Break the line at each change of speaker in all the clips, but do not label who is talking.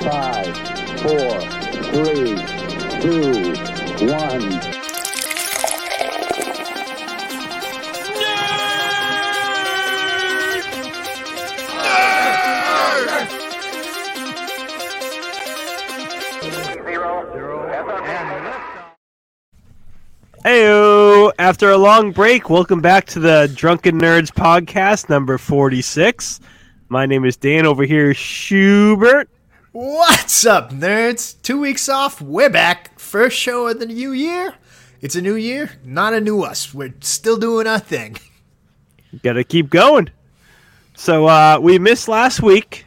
Five, four, three, two, one.
Heyo! After a long break, welcome back to the Drunken Nerds podcast number 46. My name is Dan over here, Schubert.
What's up, nerds? Two weeks off, we're back. First show of the new year. It's a new year, not a new us. We're still doing our thing.
Got to keep going. So uh, we missed last week.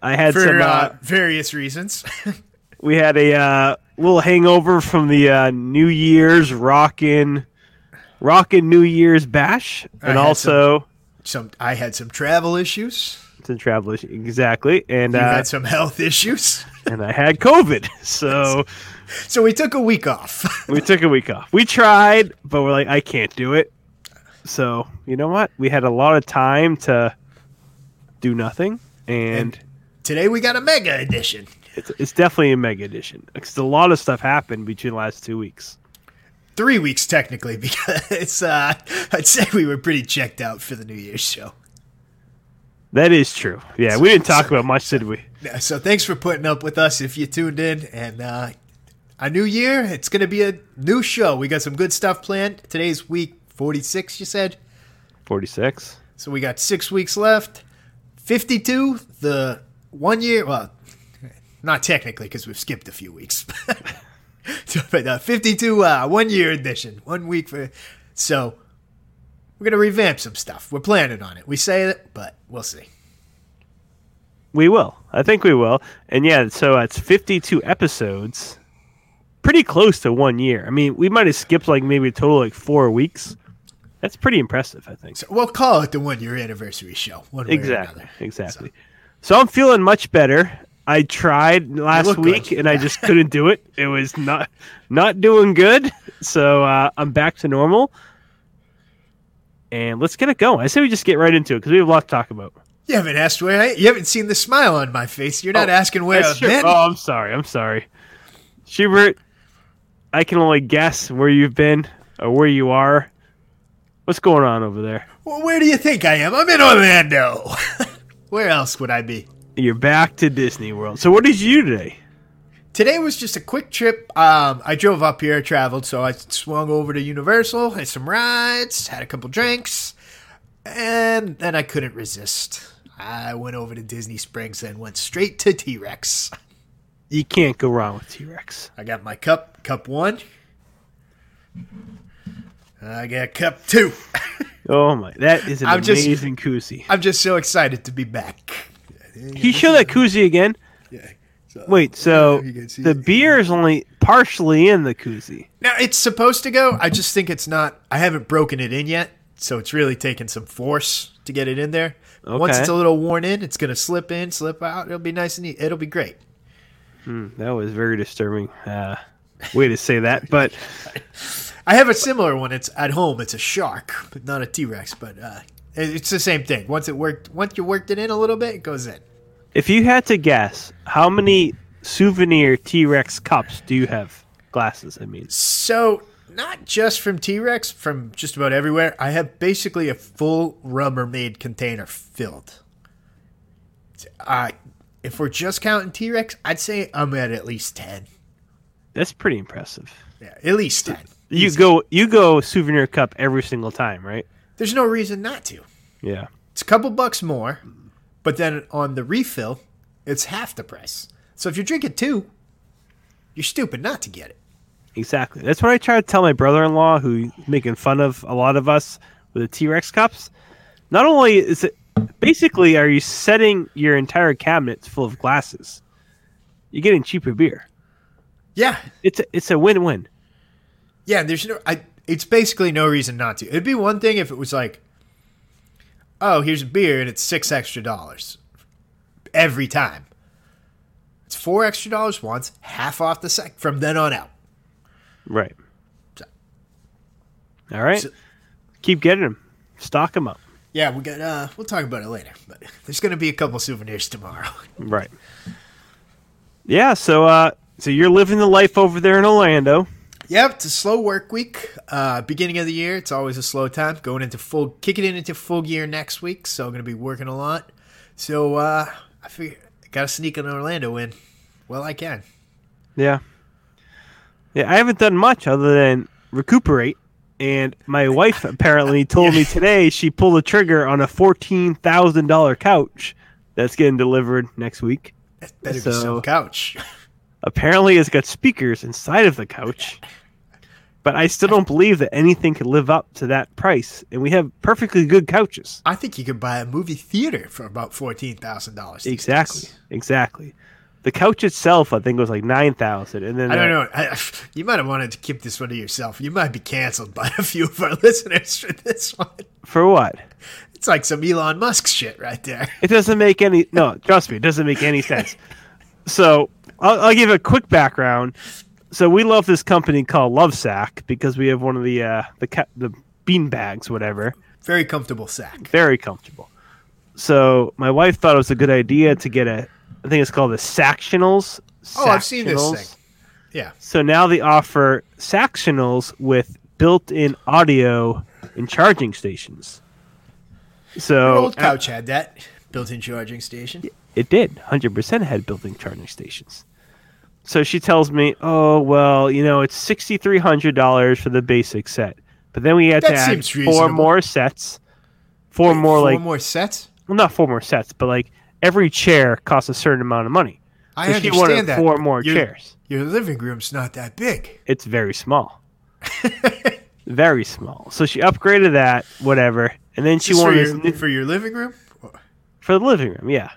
I had
For
some. Uh,
uh, various reasons.
we had a uh, little hangover from the uh, New Year's rockin' rockin' New Year's bash, and
had
also
some I had some travel issues.
some, travel issue- exactly, and
You
uh,
had some health issues.
and I had COVID, so.
So we took a week off.
we took a week off. We tried, but we're like, I can't do it. So you know what? We had a lot of time to do nothing, and,
Today we got a mega edition.
it's, it's definitely a mega edition because a lot of stuff happened between the last two weeks.
Three weeks technically, because it's uh I'd say we were pretty checked out for the New Year's show.
That is true. Yeah, we didn't talk about much, did we?
Yeah, So thanks for putting up with us if you tuned in. And uh, a new year, it's going to be a new show. We got some good stuff planned. Today's week 46, you said.
Forty six.
So we got six weeks left. 52, the one year, well, not technically because we've skipped a few weeks. So, but uh, 52, uh, one year edition, one week for. So we're going to revamp some stuff. We're planning on it. We say it, but we'll see.
We will. I think we will. And yeah, so it's fifty two episodes. Pretty close to one year. I mean, we might have skipped like maybe a total of like four weeks. That's pretty impressive, I think.
So we'll call it the one year anniversary show. One way or
Exactly.
another.
Exactly. So. I'm feeling much better. I tried last
look
week
good.
and I just couldn't do it. It was not not doing good. So uh, I'm back to normal. And let's get it going. I say we just get right into it because we have a lot to talk about.
You haven't asked where I. You haven't seen the smile on my face. You're not
Oh,
asking where
That's
I've
true.
been.
Oh, I'm sorry. I'm sorry, Schubert. I can only guess where you've been or where you are. What's going on over there?
Well, where do you think I am? I'm in Orlando. where else would I be?
You're back to Disney World. So what did you do today?
Today was just a quick trip. Um, I drove up here, traveled, so I swung over to Universal, had some rides, had a couple drinks, and then I couldn't resist. I went over to Disney Springs, then went straight to T Rex.
You can't go wrong with T Rex.
I got my cup, cup one. I got cup two.
Oh my, that is an
I'm just-
amazing koozie.
I'm just so excited to be back.
He showed that koozie again.
So- uh,
Wait, so
you can see
the
it.
beer is only partially in the koozie.
Now it's supposed to go. I just think it's not. I haven't broken it in yet, so it's really taking some force to get it in there. Once
Okay.
it's a little worn in, it's gonna slip in, slip out. It'll be nice and neat. It'll be great.
That was very disturbing. Uh, way to say that, but
I have a similar one. It's at home. It's a shark, but not a T Rex. But uh, it- it's the same thing. Once it worked, once you worked it in a little bit, it goes in.
if you had to guess, how many souvenir T Rex cups do you have? Glasses, I mean.
So not just from T Rex, from just about everywhere. I have basically a full Rubbermaid container filled. Uh, if we're just counting T Rex, I'd say I'm at at least ten.
That's pretty impressive.
Yeah, at least ten.
You go, you go souvenir cup every single time, right?
There's no reason not to.
Yeah.
It's a couple bucks more, but then on the refill, it's half the price. So if you're drinking two, you're stupid not to get it.
Exactly. That's what I try to tell my brother-in-law, who's making fun of a lot of us with the T-Rex cups. Not only is it basically are you setting your entire cabinet full of glasses, you're getting cheaper beer.
Yeah,
It's a, it's a win-win.
Yeah, there's no. I. It's basically no reason not to. It'd be one thing if it was like, oh, here's a beer and it's six extra dollars every time. It's four extra dollars once, half off the sec from then on out.
Right. All right.
So-
Keep getting them. Stock them up.
Yeah, we got. Uh, we'll talk about it later. But there's gonna be a couple souvenirs tomorrow.
Right. Yeah, so uh, so you're living the life over there in Orlando.
Yep, it's a slow work week. Uh, beginning of the year, it's always a slow time. Going into full, kicking it into full gear next week, so I'm gonna be working a lot. So uh, I figure I gotta sneak an Orlando in. Well, I can.
Yeah. Yeah, I haven't done much other than recuperate. And my wife apparently told me today she pulled the trigger on a fourteen thousand dollar couch that's getting delivered next week.
That better be
So-
some couch.
Apparently, it's got speakers inside of the couch. But I still don't believe that anything could live up to that price. And we have perfectly good couches.
I think you could buy a movie theater for about fourteen thousand dollars.
Exactly. Exactly. The couch itself, I think, was like nine thousand, and then
I don't
that-
know. I, you might have wanted to keep this one to yourself. You might be canceled by a few of our listeners for this one.
for what?
It's like some Elon Musk shit right there.
It doesn't make any. No, trust me, it doesn't make any sense. So I'll, I'll give a quick background. So we love this company called Lovesack because we have one of the uh, the ca- the bean bags, whatever.
Very comfortable sack.
very comfortable. So my wife thought it was a good idea to get a, I think it's called the Sactionals.
Oh, I've seen this
Sactionals.
thing. Yeah.
So now they offer Sactionals with built-in audio and charging stations.
Our
So uh,
old couch had that built-in charging station.
it did 100% had built-in charging stations. So she tells me, "Oh well, you know, it's sixty-three hundred dollars for the basic set, but then we had to
That
add
seems
four
reasonable.
more sets, four more
Four
like
more sets.
well, not four more sets, but like every chair costs a certain amount of money.
I
So she
understand
wanted
that.
four more
your,
chairs.
Your living room's not that big.
It's very small, very small. So she upgraded that, whatever, and then she
Just for
wanted
your,
this new-
for your living room.
for the living room, yeah.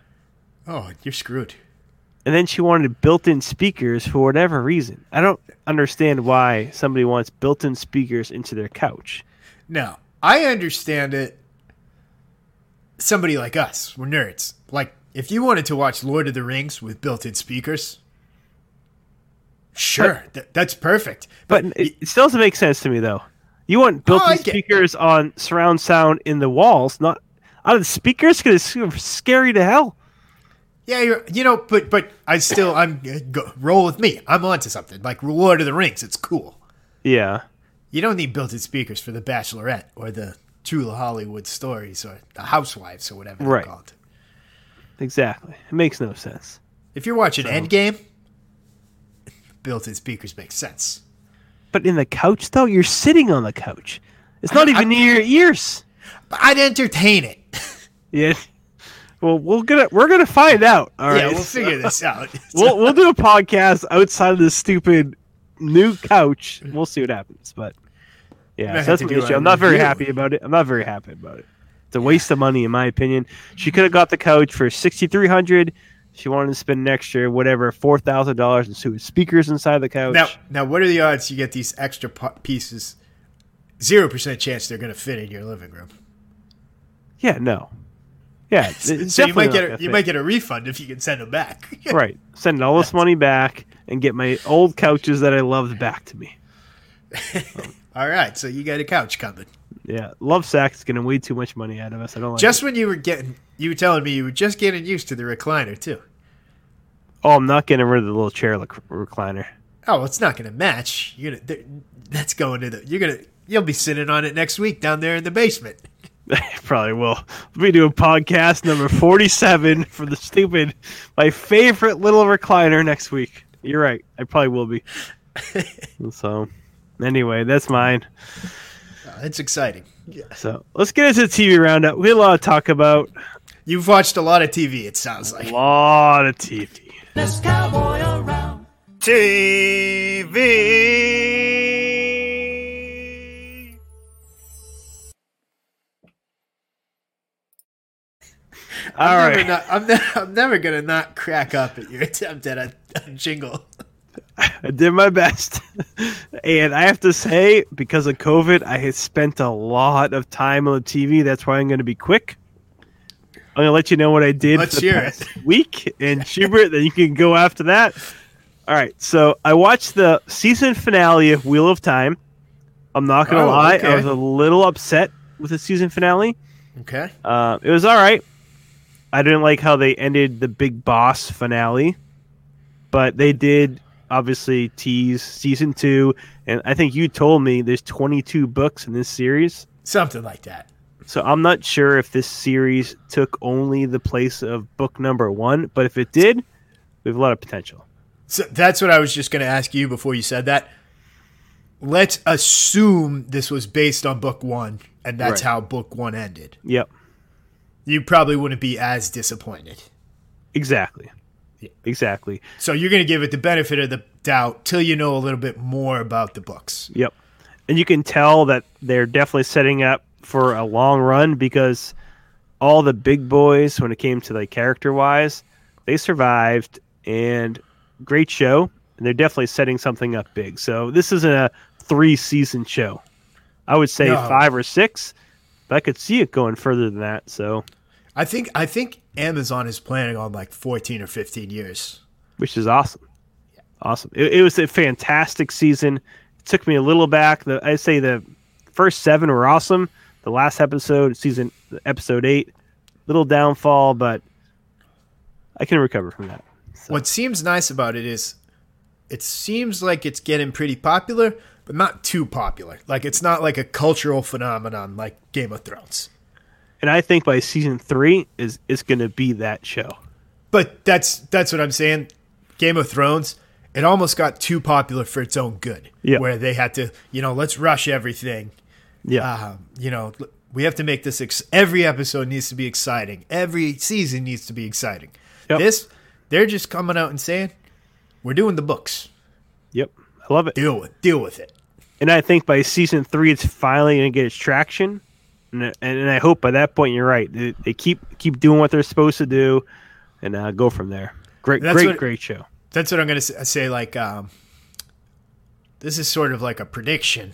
Oh, you're screwed.
And then she wanted built-in speakers for whatever reason. I don't understand why somebody wants built-in speakers into their couch.
Now, I understand it. Somebody like us, we're nerds. Like, if you wanted to watch Lord of the Rings with built in speakers, sure, th- that's perfect.
But it, it still doesn't make sense to me though. You want built-in
I get-
speakers on surround sound in the walls, not out of the speakers, because it's scary to hell.
Yeah, you're, you know, but but I still, I'm uh, go, roll with me. I'm onto something. Like, Lord of the Rings, it's cool.
Yeah.
You don't need built in speakers for The Bachelorette or the True Hollywood Stories or The Housewives or whatever
Right.
they're called.
Exactly. It makes no sense.
If you're watching Endgame, built in speakers make sense.
But in the couch, though, you're sitting on the couch. It's not even near your ears.
But I'd entertain it.
Yeah. Well, we're gonna we're gonna find out. All right.
yeah, we'll figure this out.
we'll we'll do a podcast outside of this stupid new couch. We'll see what happens. But yeah,
Might
so that's
have
my
to do
issue.
a
I'm not very
review.
happy about it. I'm not very happy about it. It's a waste of money, in my opinion. She could have got the couch for sixty three hundred. She wanted to spend an extra whatever four thousand dollars and suit speakers inside the couch.
now, now, what are the odds you get these extra pu- pieces? Zero percent chance they're going to fit in your living room.
Yeah, no. Yeah, it's
so you
definitely
might
not
get a,
gonna
you
fit.
might get a refund if you can send them back.
right. Send all this money back and get my old couches that I loved back to me.
All right, so you got a couch coming.
Yeah, love sack's getting way too much money out of us. I don't like.
Just
it.
when you were getting, you were telling me you were just getting used to the recliner too.
oh, I'm not getting rid of the little chair lec- recliner.
Oh, well, it's not going to match. You're gonna they're- that's going to the. You're gonna you'll be sitting on it next week down there in the basement.
I probably will. We do a podcast number 47 for the stupid, my favorite little recliner next week. You're right. I probably will be. so, anyway, that's mine.
Uh, it's exciting.
So let's get into the TV roundup. We had a lot to talk about.
You've watched a lot of TV. It sounds like.
A lot of TV.
Let's cowboy around.
All
I'm
right.
Never not, I'm, ne- I'm never gonna not crack up at your attempt at a, a jingle.
I did my best. and I have to say, because of COVID, I had spent a lot of time on the TV. That's why I'm going to be quick. I'm going to let you know what I did
Let's
for the
hear
past week. And Schubert, then you can go after that. All right. So I watched the season finale of Wheel of Time. I'm not going to
Oh,
lie.
okay.
I was a little upset with the season finale.
Okay.
Uh, it was all right. I didn't like how they ended the big boss finale, but they did obviously tease season two, and I think you told me there's 22 books in this series.
Something like that.
So I'm not sure if this series took only the place of book number one, but if it did, we have a lot of potential.
So that's what I was just going to ask you before you said that. Let's assume this was based on book one, and that's
Right.
how book one ended.
Yep,
You probably wouldn't be as disappointed.
exactly, exactly.
So you're going to give it the benefit of the doubt till you know a little bit more about the books.
Yep. And you can tell that they're definitely setting up for a long run because all the big boys, when it came to like character wise, they survived and great show. And they're definitely setting something up big. So this isn't a three season show. I would say
No.
five or six, but I could see it going further than that. So,
I think I think Amazon is planning on like 14 or 15 years.
which is awesome. Awesome. It, it was a fantastic season. It took me a little back. The, I'd say the first seven were awesome. The last episode, season episode eight, little downfall, but I can recover from that.
What seems nice about it is it seems like it's getting pretty popular, but not too popular. Like it's not like a cultural phenomenon like Game of Thrones.
And I think by season three is it's going to be that show.
But that's that's what I'm saying. Game of Thrones, it almost got too popular for its own good.
Yeah.
Where they had to, you know, let's rush everything.
Yeah,
Um, you know, l- we have to make this ex- every episode needs to be exciting. Every season needs to be exciting.
Yep.
This they're just coming out and saying, we're doing the books.
yep, I love it.
Deal with deal with it.
And I think by season three, it's finally going to get its traction. And, and, and I hope by that point you're right. They, they keep keep doing what they're supposed to do, and uh, go from there. Great,
That's
great,
what-
great show.
That's what I'm going to say. Like, um, this is sort of like a prediction.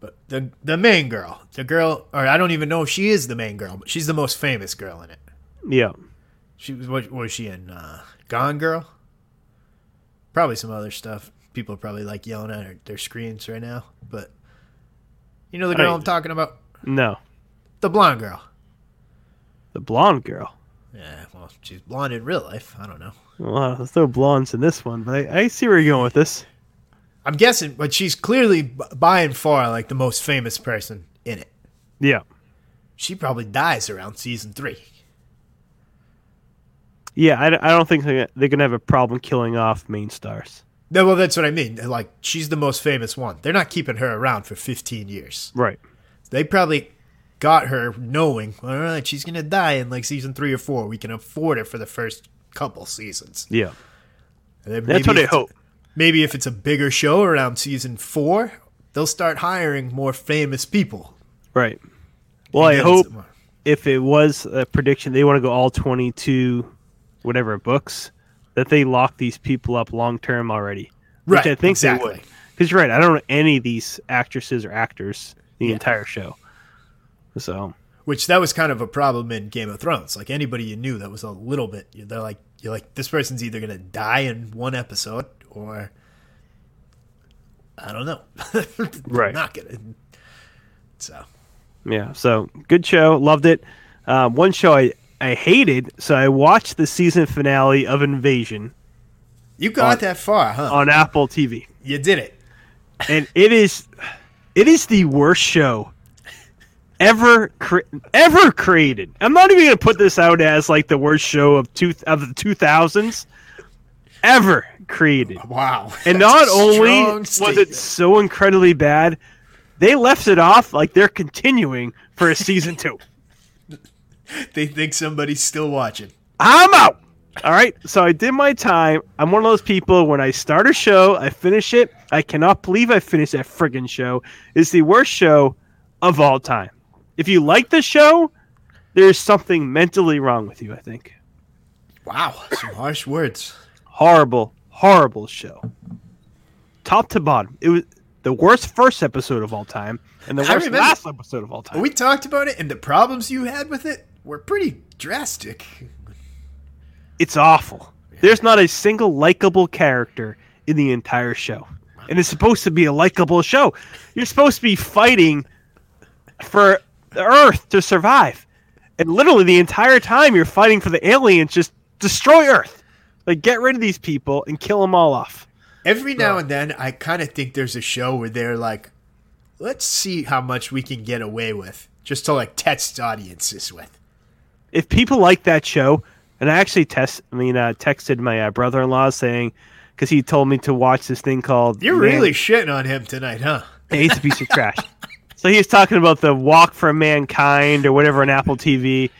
But the the main girl, the girl, or I don't even know if she is the main girl, but she's the most famous girl in it.
Yeah.
She was what was she in uh, Gone Girl? Probably some other stuff. People are probably like yelling at her, their screens right now. But you know the girl
I-
I'm talking about,
No,
the blonde girl.
the blonde girl.
Yeah, well, she's blonde in real life. I don't know.
Well, there's no blondes in this one, but I, I see where you're going with this.
I'm guessing, but she's clearly b- by and far like the most famous person in it.
Yeah,
she probably dies around season three.
yeah. I, d- I don't think they're gonna- they're gonna have a problem killing off main stars.
No, well, that's what I mean. Like, she's the most famous one. They're not keeping her around for 15 years.
Right.
They probably got her knowing, all right, she's going to die in like season three or four. We can afford her for the first couple seasons.
Yeah.
And then
That's
maybe
what I
if it's-
hope.
Maybe if it's a bigger show around season four, they'll start hiring more famous people.
Right. Well, I
Yeah,
hope
it's-
if it was a prediction, they want to go all 22, whatever books, that they lock these people up long term already.
Right,
Which I think
exactly.
they would. Because you're right. I don't know any of these actresses or actors the entire show. So,
which that was kind of a problem in Game of Thrones. Like anybody you knew that was a little bit, they're like, you're like, this person's either gonna die in one episode or I don't know,
Right.
Not gonna. So
Yeah, so good show, loved it. Uh, one show I, I hated, so I watched the season finale of Invasion
you got
On-
that far, huh?
on Apple TV,
you did it.
and it is it is the worst show ever cre- ever created. I'm not even gonna put this out as like the worst show of two of the 2000s ever created.
Wow.
And not
That's a
only
strong
was it
statement.
so incredibly bad, they left it off like they're continuing for a season two.
they think somebody's still watching.
I'm out. All right. So I did my time. I'm one of those people when I start a show, I finish it. I cannot believe I finished that friggin' show. It's the worst show of all time. If you like the show, there's something mentally wrong with you, I think.
Wow, some harsh words.
Horrible, horrible show. Top to bottom. It was the worst first episode of all time and the
I
worst
remember-
last episode of all time.
We talked about it, and the problems you had with it were pretty drastic.
It's awful. There's not a single likable character in the entire show. And it's supposed to be a likable show. You're supposed to be fighting for the Earth to survive. And literally the entire time you're fighting for the aliens just destroy Earth. Like, get rid of these people and kill them all off.
Every now and then, I kind of think there's a show where they're like, let's see how much we can get away with just to like test audiences with.
if people like that show, and I actually test, I mean, uh, texted my uh, brother-in-law saying, because he told me to watch this thing called.
You're
Man-
really shitting on him tonight, huh?
It's a piece of trash. So he was talking about the Walk from Mankind or whatever on Apple TV,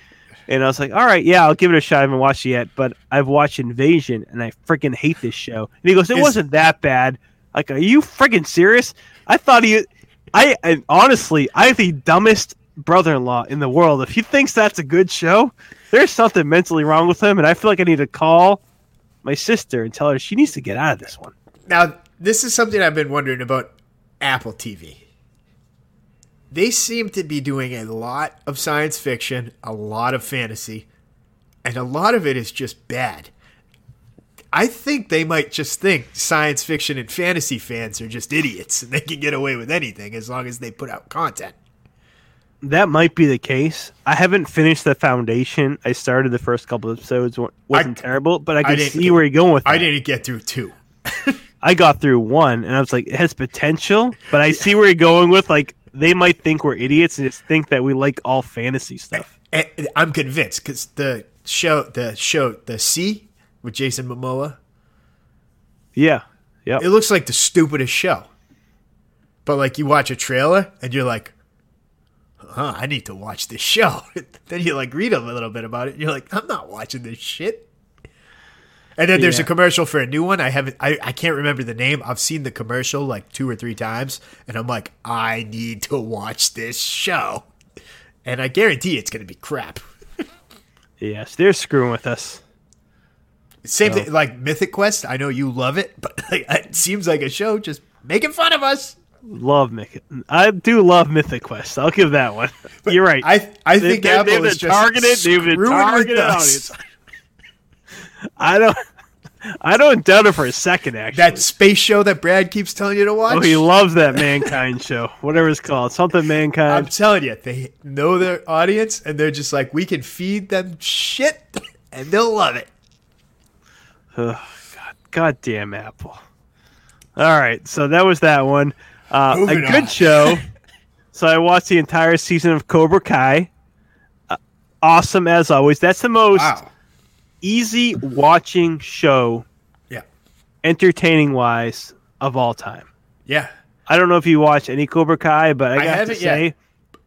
and I was like, all right, yeah, I'll give it a shot. I haven't watched it yet, but I've watched Invasion, and I freaking hate this show. And he goes, it
Is-
wasn't that bad. Like, are you freaking serious? I thought he, I and honestly, I have the dumbest brother-in-law in the world. If he thinks that's a good show, there's something mentally wrong with him, and I feel like I need to call my sister and tell her she needs to get out of this one.
Now, this is something I've been wondering about Apple TV. They seem to be doing a lot of science fiction, a lot of fantasy, and a lot of it is just bad. I think they might just think science fiction and fantasy fans are just idiots and they can get away with anything as long as they put out content.
That might be the case. I haven't finished the foundation. I started the first couple episodes. wa- wasn't
I-
terrible, but I could
didn't-
see where you're going with.
I
that.
didn't get through two.
I got through one, and I was like, it has potential, but I see where you're going with. Like they might think we're idiots and just think that we like all fantasy stuff.
And I'm convinced because the show, the show, the C with Jason Momoa,
Yeah, yeah.
It looks like the stupidest show. But like you watch a trailer and you're like, huh, I need to watch this show. then you like read a little bit about it. And you're like, I'm not watching this shit. And then there's a
Yeah.
commercial for a new one. I haven't I, I can't remember the name. I've seen the commercial like two or three times, and I'm like, I need to watch this show. And I guarantee it's gonna be crap.
Yes, they're screwing with us.
Same
So-
thing like Mythic Quest. I know you love it, but like, it seems like a show just making fun of us.
Love Mythic. I do love Mythic Quest. I'll give that one. you're right.
I I
They-
think
they-
Apple
they've
is
been
just
targeted- they've been
screwing with
targeted
us.
I don't. I don't doubt it for a second. Actually,
That space show that Brad keeps telling you to watch.
oh, he loves that mankind show, whatever it's called, something mankind.
I'm telling you, they know their audience, and they're just like, we can feed them shit, and they'll love it.
Goddamn Apple. All right, so that was that one. Uh, a
Moving
good
on.
show. so I watched the entire season of Cobra Kai. Uh, awesome as always. That's the most easy watching show,
Yeah.
entertaining wise, of all time.
Yeah.
I don't know if you watch any Cobra Kai, but I, got to
haven't yet.
say,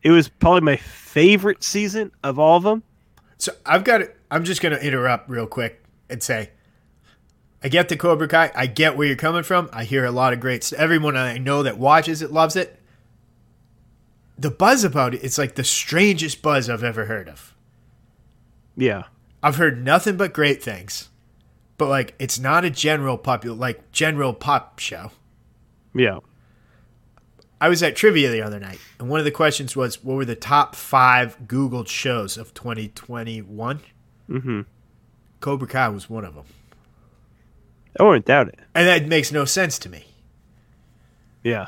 it was probably my favorite season of all of them.
So I've got. to- I'm just gonna interrupt real quick and say, I get the Cobra Kai. I get where you're coming from. I hear a lot of great. Everyone I know that watches it loves it. The buzz about it, it's like the strangest buzz I've ever heard of.
Yeah.
I've heard nothing but great things. But like it's not a general popular like general pop show.
Yeah.
I was at trivia the other night and one of the questions was what were the top 5 googled shows of 2021? Mhm.
Mm-hmm.
Cobra Kai was one of them.
I wouldn't doubt it.
And that makes no sense to me.
Yeah.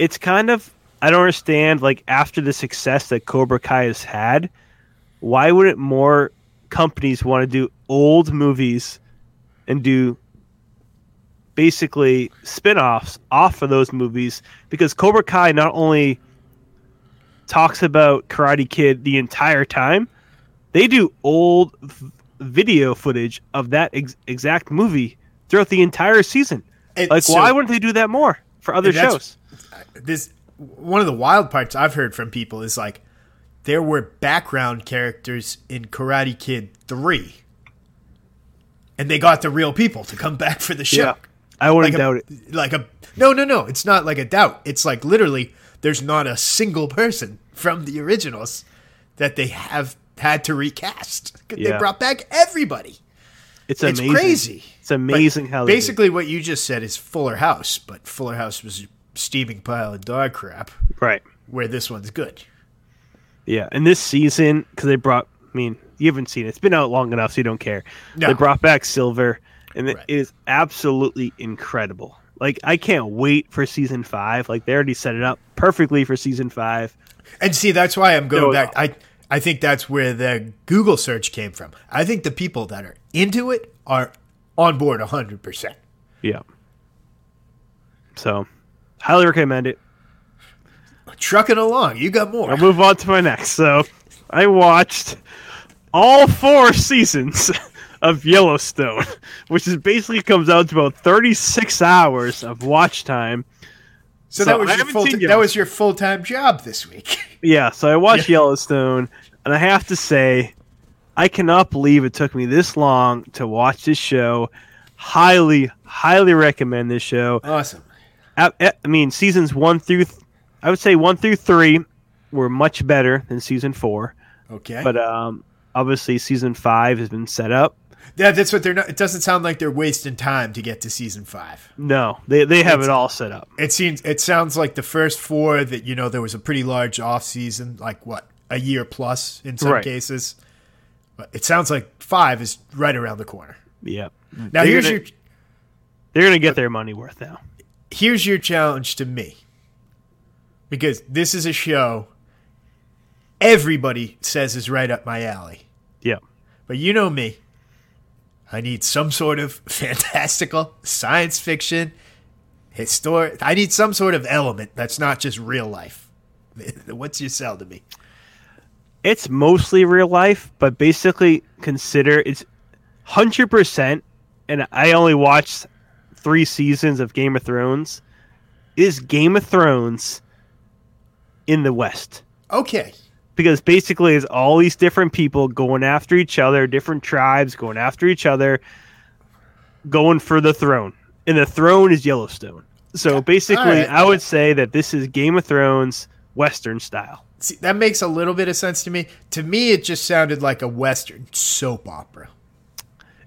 It's kind of I don't understand like after the success that Cobra Kai has had, why wouldn't more companies want to do old movies and do basically spin-offs off of those movies because Cobra Kai not only talks about Karate Kid the entire time, they do old v- video footage of that ex- exact movie throughout the entire season.
And
Like,
so-
why wouldn't they do that more for other
And that's-
shows?
this one of the wild parts I've heard from people is like there were background characters in Karate Kid 3 and they got the real people to come back for the show.
I wouldn't
like a,
doubt it.
Like a no, no, no. It's not like a doubt. It's like literally, there's not a single person from the originals that they have had to recast. They
Yeah.
brought back everybody.
It's
It's
amazing.
crazy.
It's amazing
But
how they
basically what you just said is Fuller House, but Fuller House was a steaming pile of dog crap.
do it. right.
Where this one's good.
Yeah, and this season because they brought. I mean, you haven't seen it. It's been out long enough, so you don't care.
No.
They brought back Silver, and it
Right.
is absolutely incredible. Like I can't wait for season five. Like they already set it up perfectly for season five.
And see, that's why I'm going
No, uh,
back. I I I think that's where the Google search came from. I think the people that are into it are on board 100%.
Yeah. So, highly recommend it.
Trucking along. You got more.
I'll move on to my next. So, I watched all four seasons of Yellowstone, which is basically comes out to about 36 hours of watch time.
so,
so
that was
I
your
haven't
full
seen
that
yours.
was your full-time job this week.
Yeah, so I watched Yellowstone, and I have to say, I cannot believe it took me this long to watch this show. Highly, highly recommend this show.
awesome.
I, I mean, seasons one through, th- I would say one through three were much better than season four.
Okay.
But um, obviously, season five has been set up.
yeah, that's what they're not it doesn't sound like they're wasting time to get to season 5.
No, they, they have it all set up.
It seems it sounds like the first four that you know there was a pretty large off season, like what a year plus in some
Right.
cases. But it sounds like five is right around the corner.
Yeah.
Now
Hmm. They're
here's
gonna-
your
They're going to get their money worth now.
here's your challenge to me, because this is a show everybody says is right up my alley.
Yeah.
But you know me, I need some sort of fantastical science fiction historic. I need some sort of element that's not just real life. What's your sell to me?
it's mostly real life, but basically consider it's hundred percent. And I only watched three seasons of Game of Thrones. It Is Game of Thrones in the West?
Okay.
Because basically, it's all these different people going after each other, different tribes going after each other, going for the throne, and the throne is Yellowstone. So basically,
right.
I would say that this is Game of Thrones Western style.
See, that makes a little bit of sense to me. To me, it just sounded like a Western soap opera,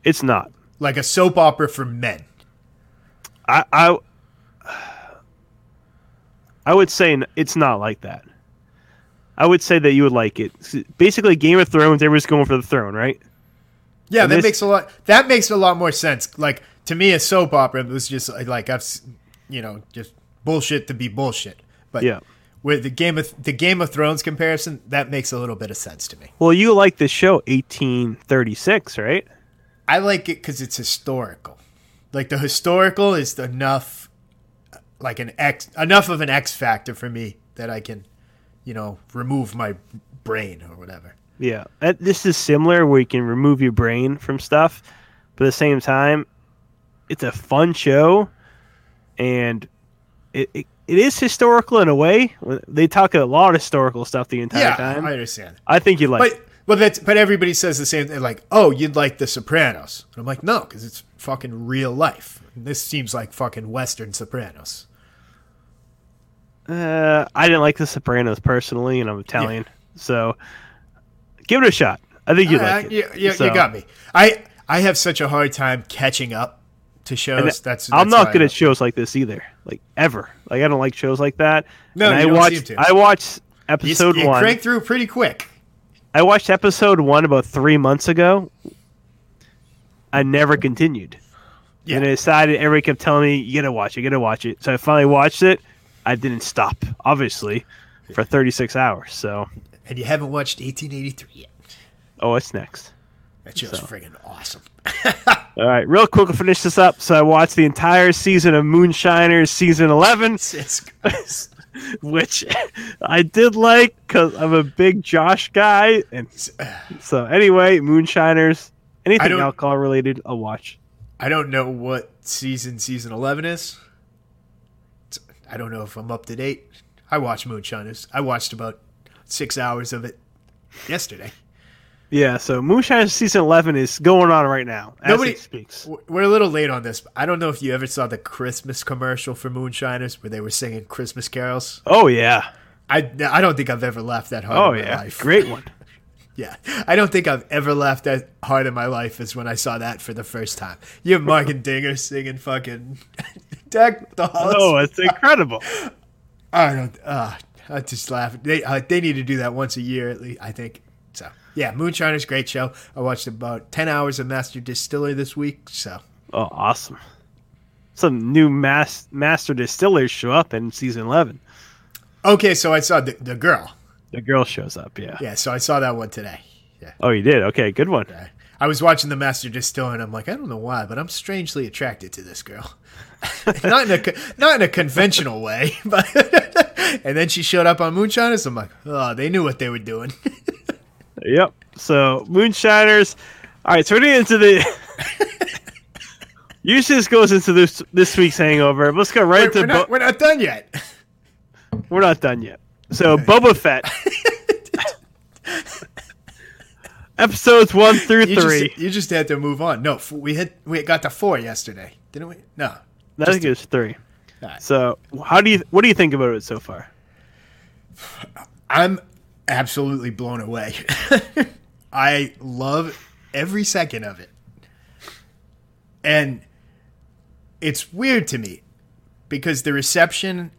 It's not.
like a soap opera for men.
I, I I would say n- it's not like that. I would say that you would like it. S- Basically, Game of Thrones, everyone's going for the throne, right?
Yeah,
And
that
this-
makes a lot. That makes a lot more sense. Like to me, a soap opera was just uh, like I've, s- you know, just bullshit to be bullshit. But
Yeah.
with the Game of the Game of Thrones comparison, that makes a little bit of sense to me.
Well, you like this show, 1836, right?
I like it because it's historical. Like the historical is enough, like an X enough of an X factor for me that I can, you know, remove my brain or whatever.
Yeah. Uh, This is similar where you can remove your brain from stuff, but at the same time, it's a fun show and it, it, it is historical in a way. When- They talk a lot of historical stuff the entire
Yeah,
time.
I
I,
understand.
think you like
But well, that's but everybody says the same thing. Like, oh, you'd like The Sopranos. And I'm like, no, because it's fucking real life. This seems like fucking Western Sopranos.
Uh, I didn't like The Sopranos personally, and I'm Italian, so give it a shot. I think you
Uh,
like it.
you, you- you
So,
got me. I I have such a hard time catching up to shows.
and uh,
That's, that's
I'm
why
not good
I-
at shows like this either, like ever. Like I don't like shows like that.
No,
and
you
I
don't
watched.
seem to.
I watched
You,
episode
you
one.
crank through pretty quick.
I watched episode one about three months ago. I never continued,
Yeah.
and I decided everybody kept telling me, "You gotta watch it, you gotta watch it." So I finally watched it. I didn't stop, obviously, for 36 hours. So,
and you haven't watched 1883 yet.
oh, what's next?
That show's friggin' awesome.
All right, real quick, we'll finish this up. So I watched the entire season of Moonshiners, season 11,
Jesus Christ.
which I did like because I'm a big Josh guy. And so, anyway, Moonshiners, anything
don't-
alcohol related, I'll watch.
I don't know what season season 11 is. It's- I don't know if I'm up to date. I watch Moonshiners. I watched about six hours of it yesterday.
Yeah, so Moonshiners season 11 is going on right now as
Nobody-
it speaks.
W- We're a little late on this. But I don't know if you ever saw the Christmas commercial for Moonshiners where they were singing Christmas carols.
Oh, yeah.
I, I don't think I've ever laughed that hard
Oh,
in my
yeah.
life.
Great one.
Yeah. I don't think I've ever laughed that hard in my life as when I saw that for the first time. You have Mark and Dinger singing fucking Deck Dolls.
Oh, it's incredible.
I don't. Uh, I just laugh. They uh, they need to do that once a year at least. I think so. Yeah, Moonshiners, great show. I watched about ten hours of Master Distiller this week. So
Oh, awesome. Some new mas- master distillers show up in season 11.
okay, so I saw the, the girl.
The girl shows up. Yeah.
Yeah, so I saw that one today. Yeah.
Oh, you did. Okay, good one.
I- I was watching The Master Distiller, and I'm like, I don't know why, but I'm strangely attracted to this girl. not in a co- not in a conventional way, but and then she showed up on Moonshiners. I'm like, oh, they knew what they were doing.
Yep. So moonshiners. All right. So we're getting into the. Usually this goes into this this week's hangover. Let's go right
we're,
to.
we're not,
Bo-
we're not done yet.
we're not done yet. So Boba Fett. Episodes one through
You
three.
just, you just had to move on. No, f- we had we got to four yesterday, didn't we? No,
I think it's three.
Alright.
So, how do you what do you think about it so far?
I'm absolutely blown away. I love every second of it. And it's weird to me because the reception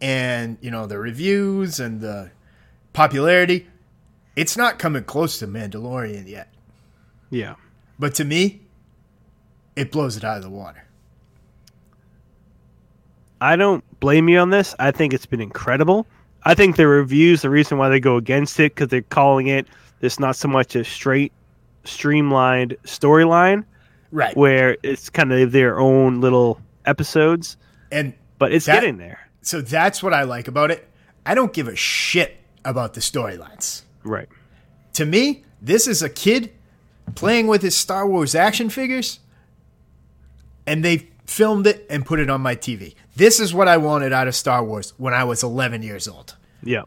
and, you know, the reviews and the popularity, it's not coming close to Mandalorian yet.
Yeah,
But to me, it blows it out of the water.
I don't blame you on this. I think it's been incredible. I think the reviews, the reason why they go against it, because they're calling it this not so much a straight, streamlined storyline
Right.
where it's kind of their own little episodes,
And
but it's
That-
getting there.
so that's what I like about it. I don't give a shit about the storylines.
Right.
to me, this is a kid playing with his Star Wars action figures, and they filmed it and put it on my TV. This is what I wanted out of Star Wars when I was 11 years old.
Yeah.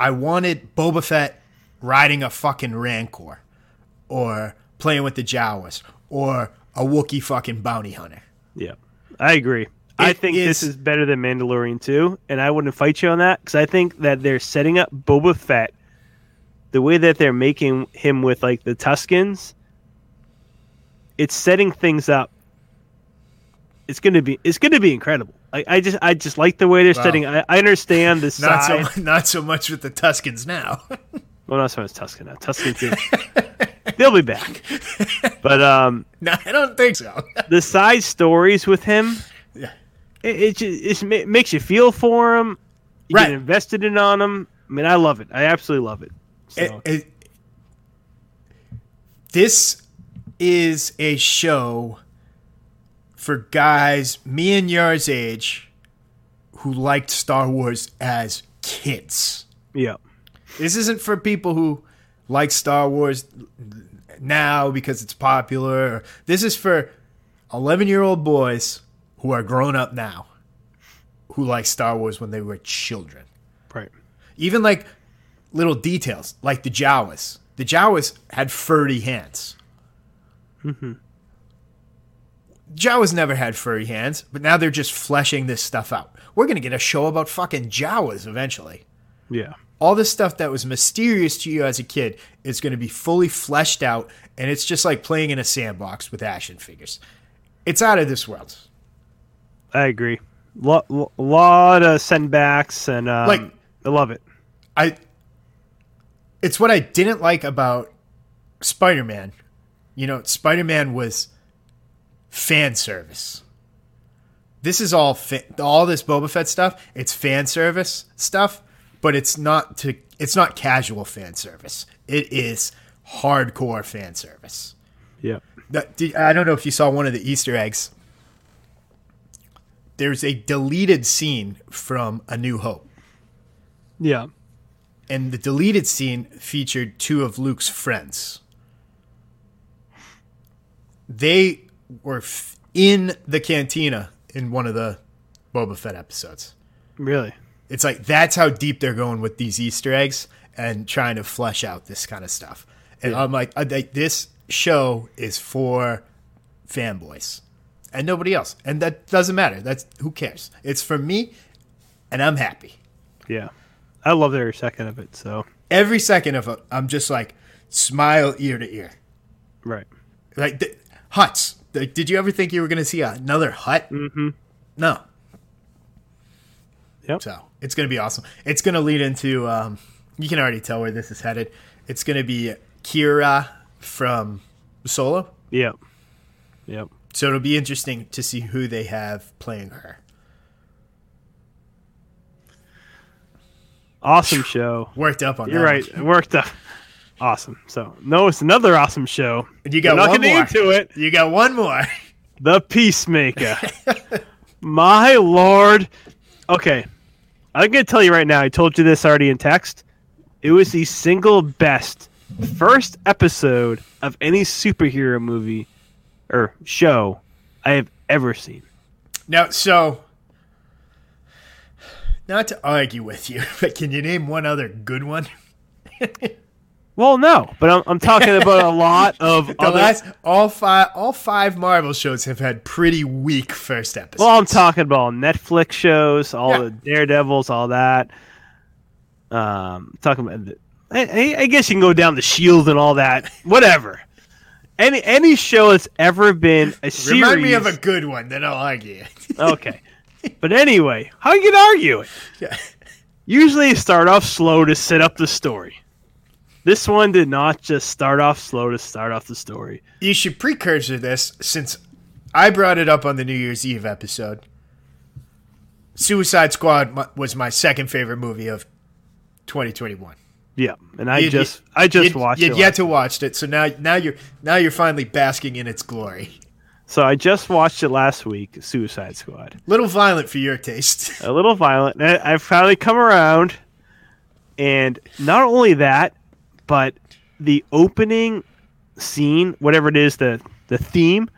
I wanted Boba Fett riding a fucking Rancor, or playing with the Jawas, or a Wookiee fucking bounty hunter.
Yeah. I agree. I
It
think this
is-
is better than Mandalorian 2, and I wouldn't fight you on that because I think that they're setting up Boba Fett the way that they're making him with like the Tuskins. It's setting things up. It's gonna be it's gonna be incredible. I, I just I just like the way they're
Wow.
setting. I, I understand the
Not
side.
so not so much with the Tuskins now.
well, not so much Tuscan now. Tuscan too. They'll be back, but um,
no, I don't think so.
the side stories with him,
Yeah.
it, it just it's, it makes you feel for him. You
Right.
get invested in on him. I mean, I love it. I absolutely love it. So,
It- it- eh, this is a show for guys me and yours age who liked Star Wars as kids.
yeah,
This isn't for people who like Star Wars now because it's popular. This is for 11 year old boys who are grown up now who like Star Wars when they were children
right.
even like little details like the Jawas. The Jawas had furry hands. Jawas never had furry hands, but now they're just fleshing this stuff out. We're gonna get a show about fucking Jawas eventually.
Yeah,
All this stuff that was mysterious to you as a kid is gonna be fully fleshed out, and it's just like playing in a sandbox with action figures. It's out of this world.
I agree. Lot, lo- lot of sendbacks and um,
Like-
I love it.
I it's what I didn't like about Spider-Man. You know, Spider-Man was fan service. This is all fa- all this Boba Fett stuff, it's fan service stuff, but it's not to it's not casual fan service. It is hardcore fan service.
Yeah,
That- did- I don't know if you saw one of the Easter eggs. There's a deleted scene from A New Hope
yeah,
and the deleted scene featured two of Luke's friends. They were f- in the cantina in one of the Boba Fett episodes.
really.
It's like that's how deep they're going with these Easter eggs and trying to flesh out this kind of stuff. And I'm like, I, think this show is for fanboys and nobody else, and that doesn't matter. That's who cares. It's for me, and I'm happy.
Yeah, I love every second of it. So
every second of it, I'm just like smile ear to ear.
right.
Like th- huts. Like, did you ever think you were going to see another hut? Mm-hmm. No.
Yep.
So it's going to be awesome. It's going to lead into. Um, you can already tell where this is headed. It's going to be Kira from Solo.
Yeah, yep.
So it'll be interesting to see who they have playing her.
Awesome show.
Worked up on
You're
that.
right. It worked up. Awesome. So no, it's another awesome show.
You got
We're not
one
gonna
more.
get into it.
You got one more.
The Peacemaker. My lord. Okay. I'm going to tell you right now. I told you this already in text. It was the single best first episode of any superhero movie or show I have ever seen.
Now, so not to argue with you, but can you name one other good one?
Well, no, but I'm, I'm talking about a lot of
The
other.
last all five all five Marvel shows have had pretty weak first episodes.
Well, I'm talking about Netflix shows, all
Yeah.
the Daredevils, all that. Um, talking about, the, I, I- I guess you can go down the Shield and all that. Whatever. Any any show that's ever been a series.
Remind me of a good one, then I'll argue.
okay. But anyway, how you can argue it?
Yeah.
Usually, you start off slow to set up the story. This one did not just start off slow to start off the story.
you should precursor this since I brought it up on the New Year's Eve episode. Suicide Squad mu- was my second favorite movie of 2021.
Yeah, and I
You'd-
just I just
you'd-
watched
you'd
it.
yet to watch it, so now now you're now you're finally basking in its glory.
So I just watched it last week, Suicide Squad.
Little violent for your taste.
a little violent. And I- I've finally come around, and not only that, but the opening scene, whatever it is, the the theme.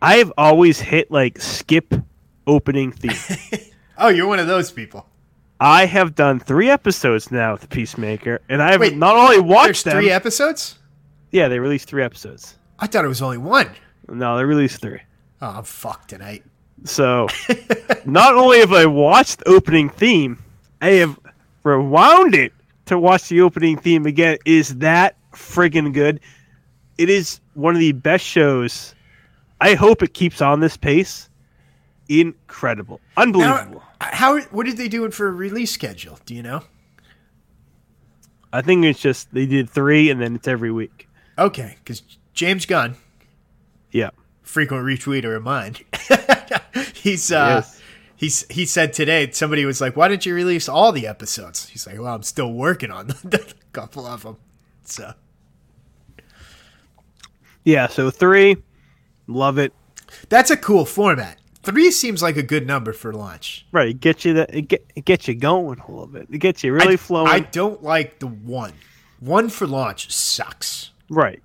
I've always hit like skip opening theme.
Oh, you're one of those people.
I have done three episodes now with the Peacemaker, and I've
Wait,
not only
There's
watched them.
three episodes.
yeah, they released three episodes.
I thought it was only one.
No, they released three.
Oh, I'm fucked tonight.
So, not only have I watched the opening theme, I have rewound it to watch the opening theme again. It Is that friggin' good? It is one of the best shows. I hope it keeps on this pace. Incredible, unbelievable.
Now, how? What did they do it for a release schedule? Do you know?
I think it's just they did three, and then it's every week.
Okay, because James Gunn,
Yeah.
frequent retweeter of mine, he's uh,
Yes.
he's he said today somebody was like, "Why didn't you release all the episodes?" He's like, "Well, I'm still working on a couple of them." So
Yeah. So three, love it.
that's a cool format. Three seems like a good number for launch.
Right, it gets you that it get it gets you going a little bit. It gets you really
I-
flowing.
I don't like the one. One for launch sucks.
right.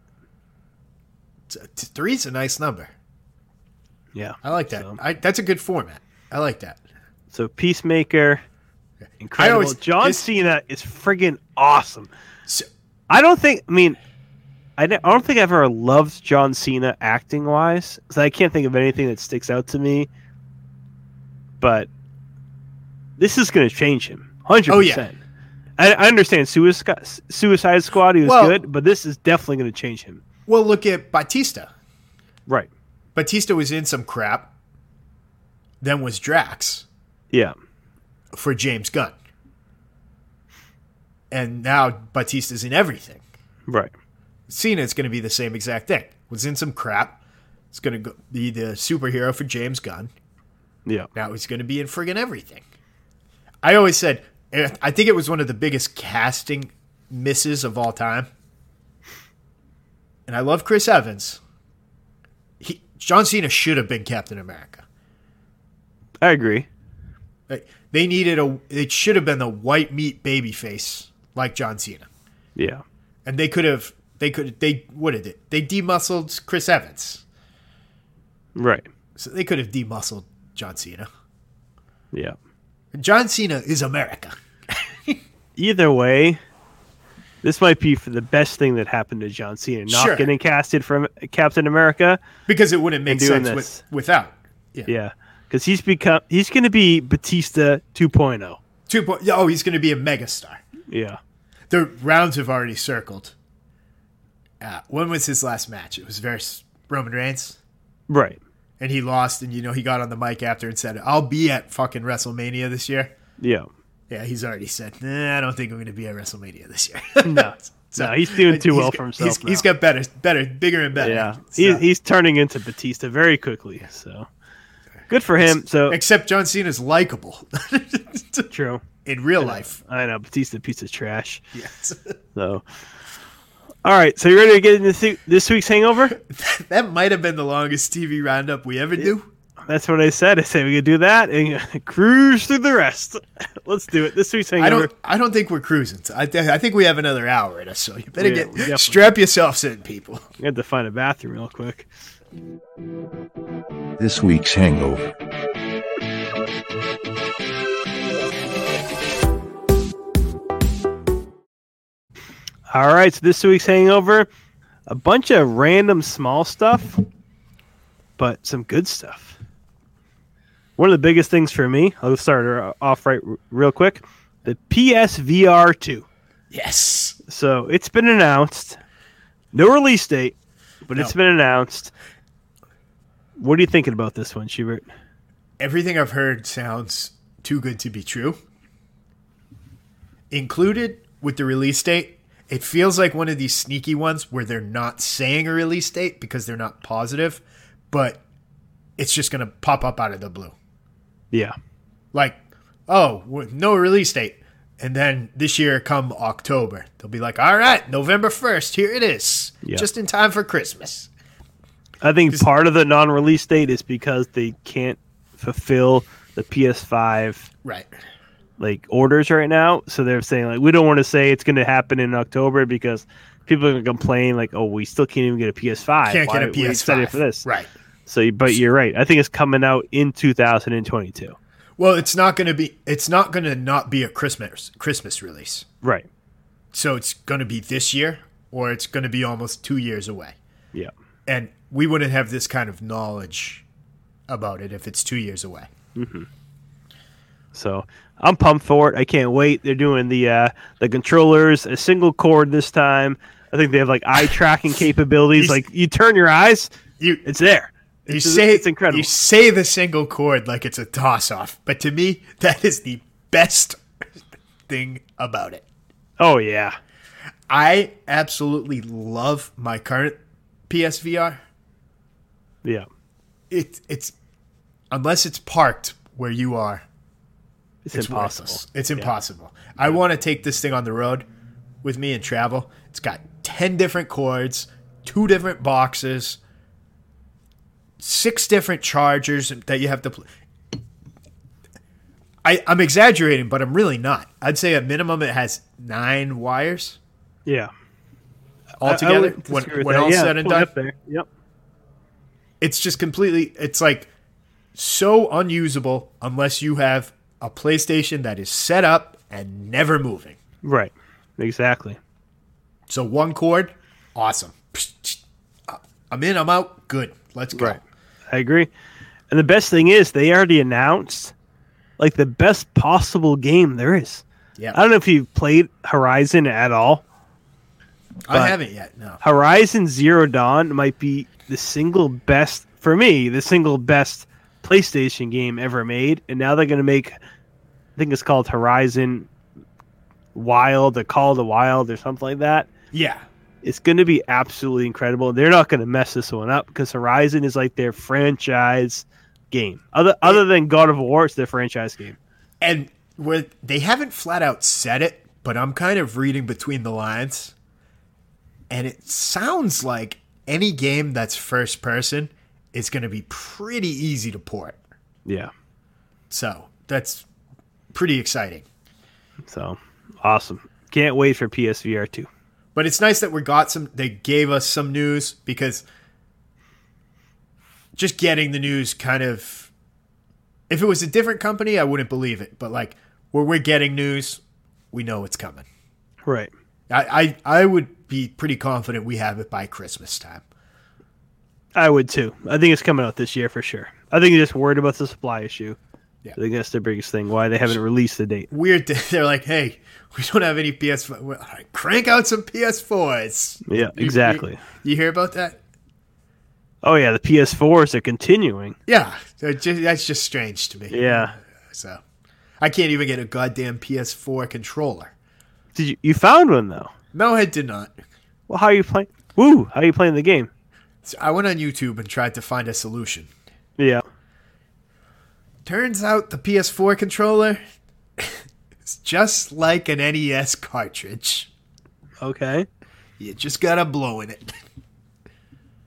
T- t- Three's a nice number.
Yeah.
I like that.
So-
I, that's a good format. I like that.
So Peacemaker, incredible.
always-
John
this-
Cena is friggin' awesome.
So,
I don't think. I mean, I don't I don't think I've ever loved John Cena acting wise. So I can't think of anything that sticks out to me. But this is going to change him, hundred
Oh, yeah.
percent. I, I understand Suicide Suicide Squad. He was
Well-
good, but this is definitely going to change him.
well, look at Batista.
Right.
Batista was in some crap. Then was Drax
Yeah.
for James Gunn. And now Batista's in everything.
Right.
Cena's going to be the same exact thing. Was in some crap. It's going to be the superhero for James Gunn.
Yeah.
Now he's going to be in friggin' everything. I always said, eh, I think it was one of the biggest casting misses of all time. And I love Chris Evans. He, John Cena should have been Captain America.
I agree.
Like, they needed a, it should have been the white meat baby face like John Cena.
Yeah.
And they could have, they could, they, what did it? They demuscled Chris Evans.
Right.
So they could have demuscled John Cena.
Yeah.
John Cena is America.
either way, this might be for the best thing that happened to John Cena, not
Sure.
getting casted from Captain America.
Because it wouldn't make
doing
sense
this.
with, without.
Yeah, because he's become he's going to be Batista 2.0.
Two point. yeah, Oh, he's going to be a megastar.
Yeah,
The rounds have already circled. Uh, when was his last match? It was versus Roman Reigns,
right.
and he lost. And you know he got on the mic after and said, "I'll be at fucking WrestleMania this year."
Yeah,
Yeah, he's already said, "Nah, I don't think I'm going to be at WrestleMania this year."
No.
So-
No, he's doing too well
got-
for himself
He's, he's
now.
got better, better, bigger and better.
yeah.
So-
He, he's turning into Batista very quickly. So good for him. So
except John Cena's likable.
true.
in real life.
I know Batista piece of trash.
Yes.
So, all right. So you ready to get into thi- this week's hangover?
that might have been the longest TV roundup we ever do.
That's what I said. I said we could do that and cruise through the rest. Let's do it. This week's
I
hangover.
don't. I don't think we're cruising. I, th- I think we have another hour in us, so you better
Yeah, we definitely-
get strap yourselves in, people.
I had to find a bathroom real quick.
This week's hangover.
All right, so this week's hangover, a bunch of random small stuff, but some good stuff. One of the biggest things for me, I'll start her off right r- real quick, the PSVR 2.
Yes.
So it's been announced, no release date, but it's been announced. What are you thinking about this one, Schubert?
Everything I've heard sounds too good to be true. Included with the release date, it feels like one of these sneaky ones where they're not saying a release date because they're not positive, but it's just going to pop up out of the blue.
Yeah.
like, oh, with no release date. And then this year, come October, they'll be like, all right, November 1st, here it is.
Yeah.
Just in time for Christmas.
I think part of the non release date is because they can't fulfill the PS5
Right.
like orders right now. So they're saying like we don't want to say it's going to happen in October because people are going to complain like oh we still can't even get a PS5.
Can't
Why
get a
are we excited
PS5.
for this.
Right.
So but you're right. I think it's coming out in 2022.
Well, it's not going to be, it's not going to not be a Christmas, Christmas release.
Right.
So it's going to be this year or it's going to be almost two years away.
Yeah.
And we wouldn't have this kind of knowledge about it if it's two years away.
So I'm pumped for it. I can't wait. They're doing the uh, the controllers a single cord this time. I think they have like eye tracking capabilities. like you turn your eyes,
You,
it's there.
You
It's,
say
it's incredible.
You say the single chord like it's a toss off, but to me, that is the best thing about it.
oh yeah.
I absolutely love my current PSVR.
Yeah.
It it's unless it's parked where you are,
It's,
it's
impossible.
worthless. It's impossible. I want to take this thing on the road with me and travel. It's got ten different cords, two different boxes, six different chargers that you have to. Pl- I, I'm exaggerating, but I'm really not. I'd say at minimum it has nine wires
Yeah. I- I
altogether.
would
when
disagree with
when
that.
all
Yeah,
said and
pulling
done,
up there. Yep.
it's just completely it's like so unusable unless you have a PlayStation that is set up and never moving.
Right. Exactly.
So one chord, awesome. I'm in, I'm out, good. Let's go.
I agree. And the best thing is they already announced like the best possible game there is.
Yeah.
I don't know if you've played Horizon at all.
I haven't yet, no.
Horizon Zero Dawn might be the single best for me, the single best PlayStation game ever made. And now they're going to make I think it's called Horizon Wild, the Call of the Wild or something like that.
Yeah.
It's going to be absolutely incredible. They're not going to mess this one up because Horizon is like their franchise game. Other other than God of War, it's their franchise game.
And where they haven't flat out said it, but I'm kind of reading between the lines. And it sounds like any game that's first person is going to be pretty easy to port.
Yeah.
So that's pretty exciting.
So awesome. Can't wait for PSVR two.
But it's nice that we got some. They gave us some news because just getting the news kind of. If it was a different company, I wouldn't believe it. But like where we're getting news, we know it's coming.
Right.
I I, I would be pretty confident we have it by Christmas time.
I would too. I think it's coming out this year for sure. I think they're just worried about the supply issue.
Yeah.
I think that's their biggest thing. Why they haven't released the date.
Weird. that They're like, hey, we don't have any PS4. Well, all right, Crank out some PS4s.
Yeah,
You- you-
exactly.
you hear about that?
Oh yeah, the PS4s are continuing.
Yeah, they're ju- that's just strange to me.
Yeah.
So I can't even get a goddamn PS4 controller.
Did you you found one though?
No, I did not.
Well, how are you playing? Woo! How are you playing the game?
So I went on YouTube and tried to find a solution.
Yeah.
Turns out the PS4 controller It's just like an NES cartridge.
Okay.
You just gotta blow in it.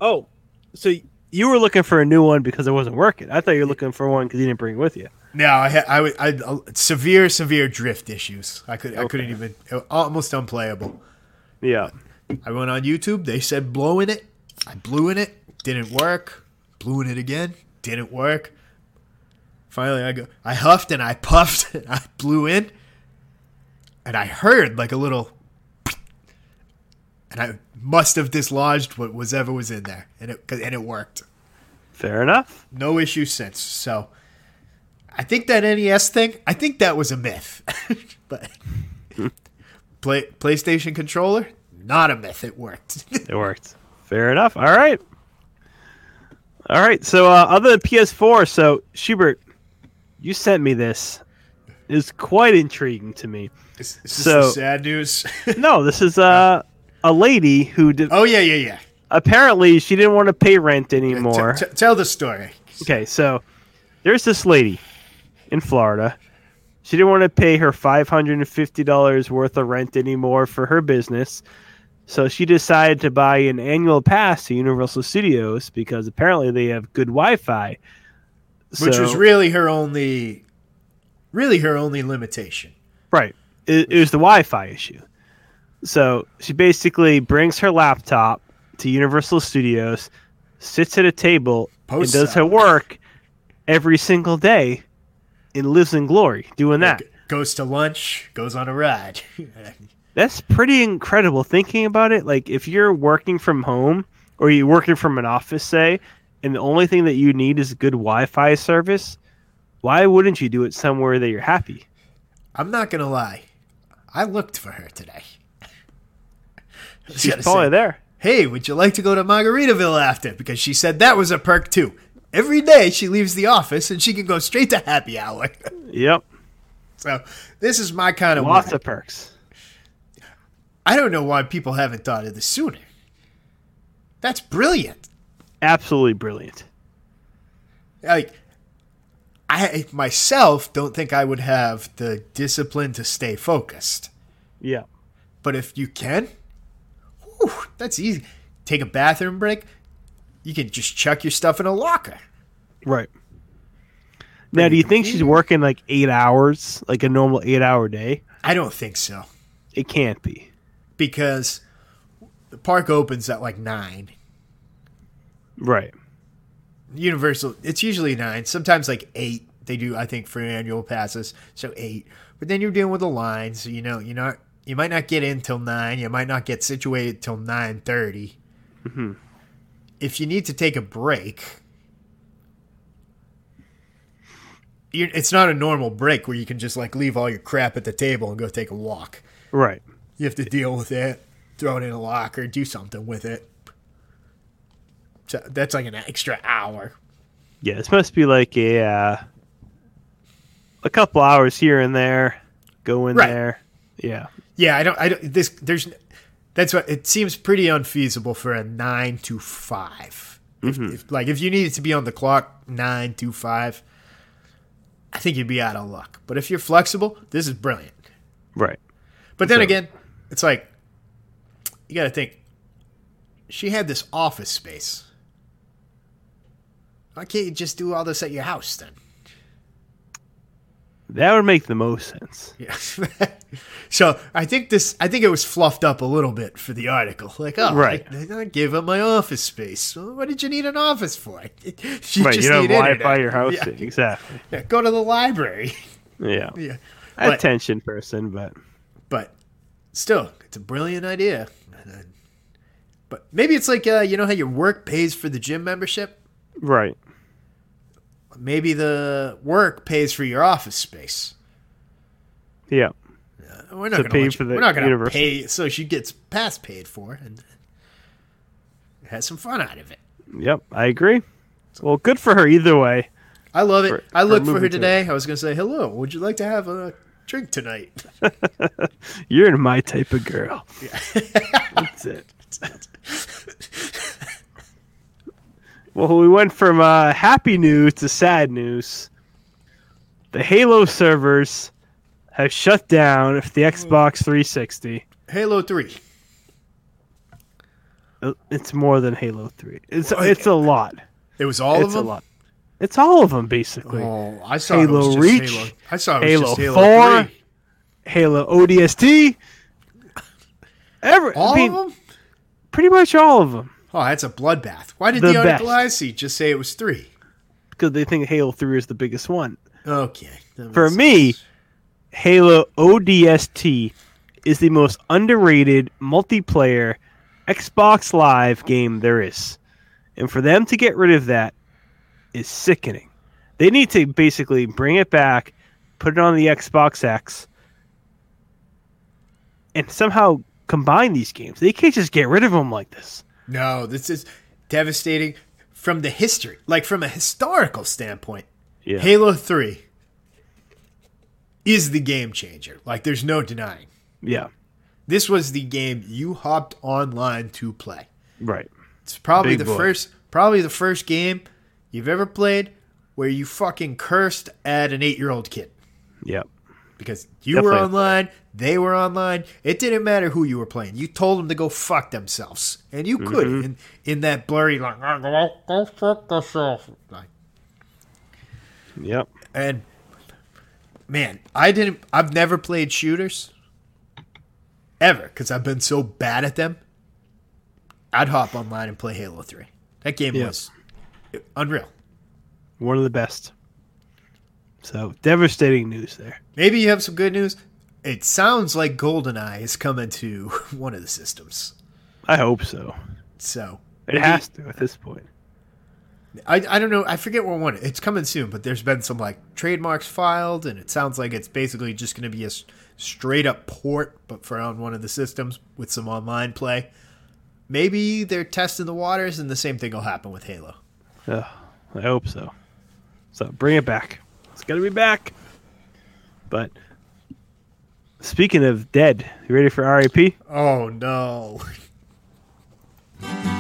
Oh, so you were looking for a new one because it wasn't working. I thought you were looking for one because you didn't bring it with you.
No, I had I, would- I uh, severe severe drift issues. I could I couldn't even uh, almost unplayable.
Yeah.
I went on YouTube. They said blow in it. I blew in it. Didn't work. Blew in it again. Didn't work. Finally, I go. I huffed and I puffed and I blew in, and I heard like a little, and I must have dislodged what was ever was in there, and it and it worked.
Fair enough.
No issue since. So, I think that NES thing. I think that was a myth, but play, PlayStation controller, not a myth. It worked.
It worked. Fair enough. All right. All right. So uh, other than PS4, so Schubert, you sent me this. It's quite intriguing to me.
Is, is this
So-
the sad news?
No, this is uh, a lady who did,
oh yeah, yeah, yeah.
apparently she didn't want to pay rent anymore.
T- t- tell the story.
Okay, so there's this lady in Florida. She didn't want to pay her $550 worth of rent anymore for her business. So she decided to buy an annual pass to Universal Studios because apparently they have good Wi Fi.
Which was really her only, really her only limitation.
Right. It, it was the Wi Fi issue. So she basically brings her laptop to Universal Studios, sits at a table,
Post
and does her
up.
work every single day and lives in glory doing that.
G- Goes to lunch, goes on a ride.
That's pretty incredible thinking about it. Like, if you're working from home or you're working from an office, say, and the only thing that you need is good Wi Fi service, why wouldn't you do it somewhere that you're happy?
I'm not gonna lie, I looked for her today. I was
She's
gonna
probably
say,
there.
Hey, would you like to go to Margaritaville after? Because she said that was a perk too. Every day she leaves the office and she can go straight to happy hour.
Yep.
so this is Oh my kind of
Lots of perks.
I don't know why people haven't thought of this sooner. That's brilliant.
Absolutely brilliant.
Like I myself don't think I would have the discipline to stay focused.
Yeah.
But if you can, whew, that's easy. Take a bathroom break. You can just chuck your stuff in a locker.
Right. Now, do you think she's working like eight hours, like a normal eight hour day?
I don't think so.
It can't be.
Because the park opens at like nine.
Right.
Universal, it's usually nine, sometimes like eight. They do, I think, for annual passes, so eight. But then you're dealing with the lines, so you know, you're not, you might not get in till nine. You might not get situated till nine If you need to take a break, you it's not a normal break where you can just like leave all your crap at the table and go take a walk.
Right.
You have to deal with it, throw it in a locker, do something with it. So that's like an extra hour
Yeah, this must be like a uh, a couple hours here and there. Go in
Right.
there. Yeah.
Yeah, I don't. I don't. This there's. That's what it seems pretty unfeasible for a nine to 5 If, if, like if you needed to be on the clock nine to five, I think you'd be out of luck. But if you're flexible, this is brilliant.
Right.
But then
So-
again, it's like you got to think. She had this office space. Why can't you just do all this at your house then?
That would make the most sense.
Yeah. so I think this, I think it was fluffed up a little bit for the article. Like, oh,
Right.
I, I gave up my office space. Well, what did you need an office for? You
right.
just
You don't
need
lie
internet.
by your house.
Yeah,
Exactly.
yeah, go to the library.
Yeah.
yeah. But,
Attention person, but
but still, it's a brilliant idea. And then- But maybe it's like, uh, you know how your work pays for the gym membership?
right.
Maybe the work pays for your office space.
Yeah.
We're not
to
going
pay
to
for the
We're not going to
universal.
pay, so she gets past paid for and has some fun out of it.
Yep. I agree. Well, good for her either way.
I love it.
For-
I
for
looked for her
moving to-
today. I was going to say hello. Would you like to have a drink tonight?
You're my type of girl. That's it. well, we went from uh, happy news to sad news. The Halo servers have shut down for the Xbox 360.
Halo 3.
Uh, It's more than Halo 3. It's it's a lot.
It was all
it's
of them?
a lot. It's all of them basically.
Oh, I saw it
Halo
was just
Reach,
Halo. I saw it was
Halo
just Halo
4,
3.
Halo ODST. Every,
All
I mean,
of them?
pretty much all of them,
Oh, that's a bloodbath. Why did
The
the, article
best.
I see just say it was three?
because they think Halo 3 is the biggest one.
Okay. that
For
makes
me,
sense.
Halo ODST is the most underrated multiplayer Xbox Live game there is. And for them to get rid of that is sickening. They need to basically bring it back, put it on the Xbox X, and somehow combine these games. They can't just get rid of them like this.
no, this is devastating from the history, like from a historical standpoint.
Yeah.
Halo 3 is the game changer. Like, there's no denying.
Yeah.
This was the game you hopped online to play.
Right.
It's probably
Big
the
boy.
first, probably the first game you've ever played where you fucking cursed at an eight-year-old kid
Yeah.
because you were
Definitely.
online, they were online. It didn't matter who you were playing. You told them to go fuck themselves, and you could
Mm-hmm.
in in that blurry like "Ah, go, go fuck yourself. Like,
Yep.
and man, I didn't. I've never played shooters ever because I've been so bad at them. I'd hop online and play Halo Three. That game
Yeah.
was unreal.
One of the best. So devastating news there.
Maybe you have some good news. It sounds like GoldenEye is coming to one of the systems.
I hope so.
So
It has to at this point.
I, I don't know. I forget what one. It's coming soon, but there's been some like trademarks filed, and it sounds like it's basically just going to be a s- straight up port, but for on one of the systems with some online play. Maybe they're testing the waters, and the same thing will happen with Halo.
Ugh, I hope so. So bring it back. It's gonna be back. But speaking of dead, you ready for RIP?
Oh no!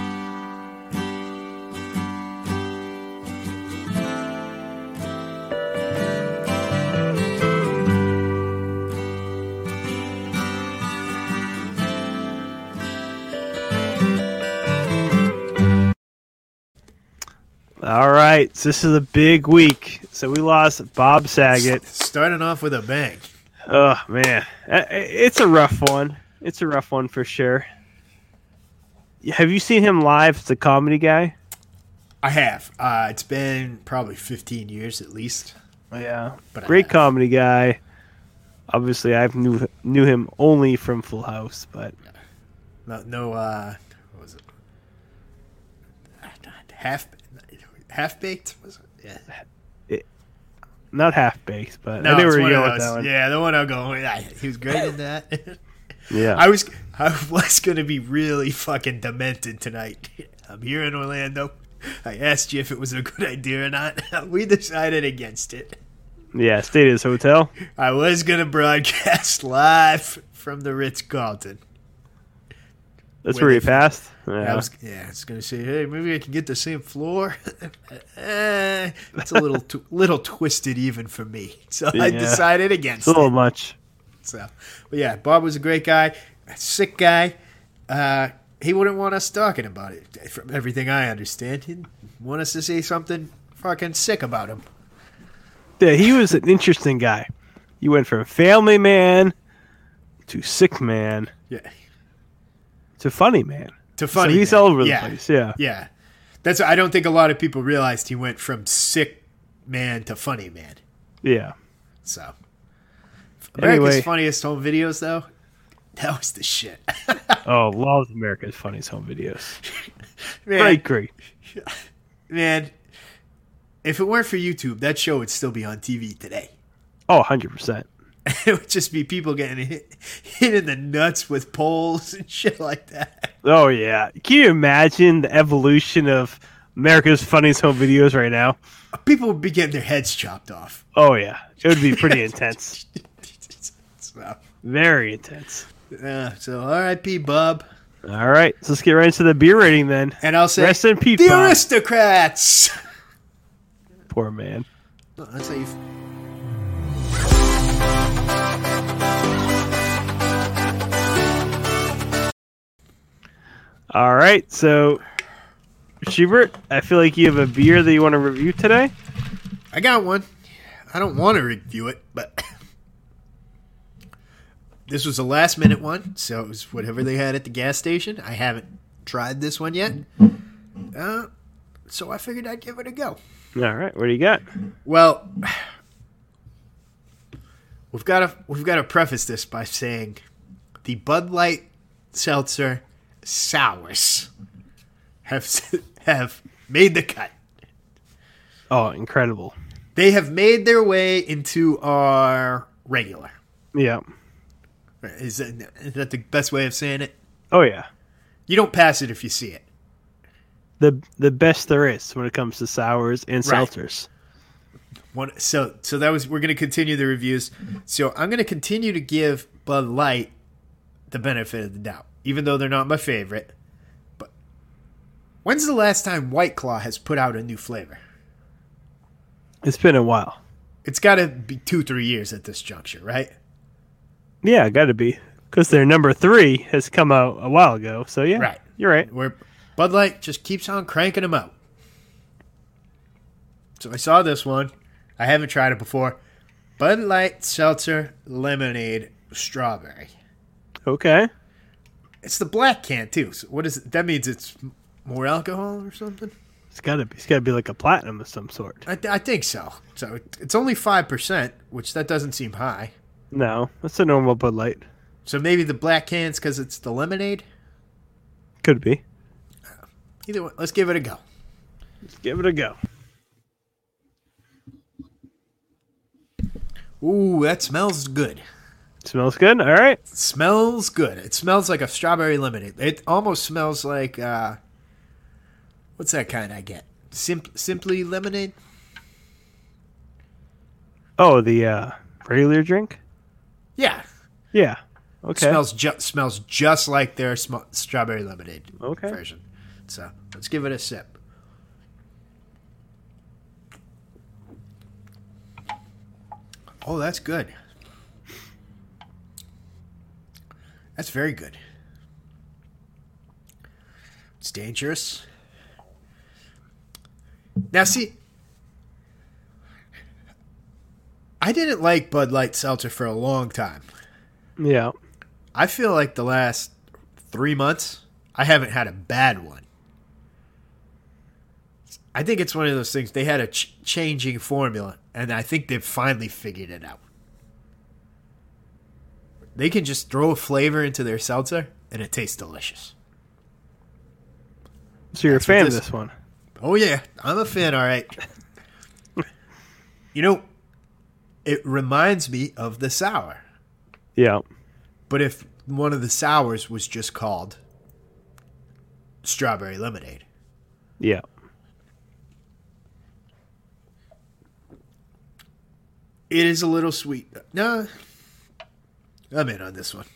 All right. So this is a big week. So we lost Bob Saget.
Starting off with a bang.
Oh man, Uh, it's a rough one. It's a rough one for sure. Have you seen him live? It's a comedy guy.
I have. Uh, it's been probably 15 years at least.
Yeah,
Oh, But I
great
have.
comedy guy. Obviously, I've knew knew him only from Full House, but
No, no. Uh, what was it? Half, half baked was it? Yeah.
not half baked. But
No,
I knew
it's
where you
one
were
of
going with
those.
that one.
Yeah, the one I'm going with. I, he was great in that.
Yeah.
I was I was going to be really fucking demented tonight. I'm here in Orlando. I asked you if it was a good idea or not. We decided against it.
yeah, stayed at his hotel.
I was going to broadcast live from the Ritz Carlton.
That's
Where
where he
they-
passed.
I
Yeah.
was yeah, I was going to say, hey, maybe I can get the same floor. Eh, it's a little tw- little twisted even for me, so I
Yeah.
decided against
It's a
it.
little much.
So, but yeah, Bob was a great guy, a sick guy. Uh, he wouldn't want us talking about it, from everything I understand. He'd want us to say something fucking sick about him.
Yeah, he was an interesting guy. He went from family man to sick man
Yeah,
to funny man.
to funny.
so he's
man.
all over the
yeah.
place. Yeah.
yeah. That's. I don't think a lot of people realized he went from sick man to funny man.
Yeah.
So, America's
Anyway.
funniest home videos though. That was the shit.
Oh, loves America's Funniest Home Videos.
man,
Great, great.
man. If it weren't for YouTube, that show would still be on TV today.
Oh, 100%.
it would just be people getting hit, hit in the nuts with poles and shit like that.
Oh, yeah. Can you imagine the evolution of America's Funniest Home Videos right now?
People would be getting their heads chopped off.
Oh, yeah. It would be pretty intense.
So,
Very intense.
yeah, so R.I.P. Bub,
All right. So let's get right into the beer rating then.
and I'll say
Rest in peace,
the
Bob.
aristocrats.
Poor man.
No, That's how you.
All right, so Schubert, I feel like you have a beer that you want to review today.
I got one. I don't want to review it, but this was a last minute one, so it was whatever they had at the gas station. I haven't tried this one yet. Uh, so I figured I'd give it a go.
All right, what do you got?
Well, we've got to we've got to preface this by saying the Bud Light seltzer sours have s- have made the cut.
Oh, incredible!
They have made their way into our regular.
Yeah.
Is that, is that the best way of saying it?
Oh yeah.
You don't pass it if you see it.
The the best there is when it comes to sours and
Right.
seltzers.
One, so so that was we're going to continue the reviews. So I'm going to continue to give Bud Light the benefit of the doubt, even though they're not my favorite. But when's the last time White Claw has put out a new flavor?
It's been a while.
It's got to be two three years at this juncture, right?
Yeah, got to be because their number three has come out a while ago. So yeah,
Right.
You're right.
Where Bud Light just keeps on cranking them out. So I saw this one. I haven't tried it before. Bud Light Seltzer Lemonade Strawberry.
Okay.
It's the black can too. So what is it? that means? It's m- more alcohol or something?
It's gotta be. It's gotta be like a platinum of some sort.
I, th- I think so. So it- it's only five percent, which that doesn't seem high.
No, that's a normal Bud Light.
So maybe the black can's because it's the lemonade.
Could be.
Either way, let's give it a go.
Let's give it a go.
Ooh, that smells good.
Smells good. All right.
smells good. It smells like a strawberry lemonade. It almost smells like uh, what's that kind I get? Simp- simply lemonade.
Oh, the uh, regular drink.
Yeah,
Yeah. Okay.
smells ju- smells just like their sm- strawberry lemonade
Okay.
version. So let's give it a sip. Oh, that's good. That's very good. It's dangerous. Now, see, I didn't like Bud Light Seltzer for a long time.
yeah.
I feel like the last three months, I haven't had a bad one. I think it's one of those things. They had a ch- changing formula, and I think they've finally figured it out. They can just throw a flavor into their seltzer, and it tastes delicious.
So you're a
That's
fan
what
of
this-
this one.
Oh yeah, I'm a fan. All right. you know, it reminds me of the sour.
Yeah.
But if one of the sours was just called strawberry lemonade,
Yeah.
it is a little sweet. No, I'm in on this one.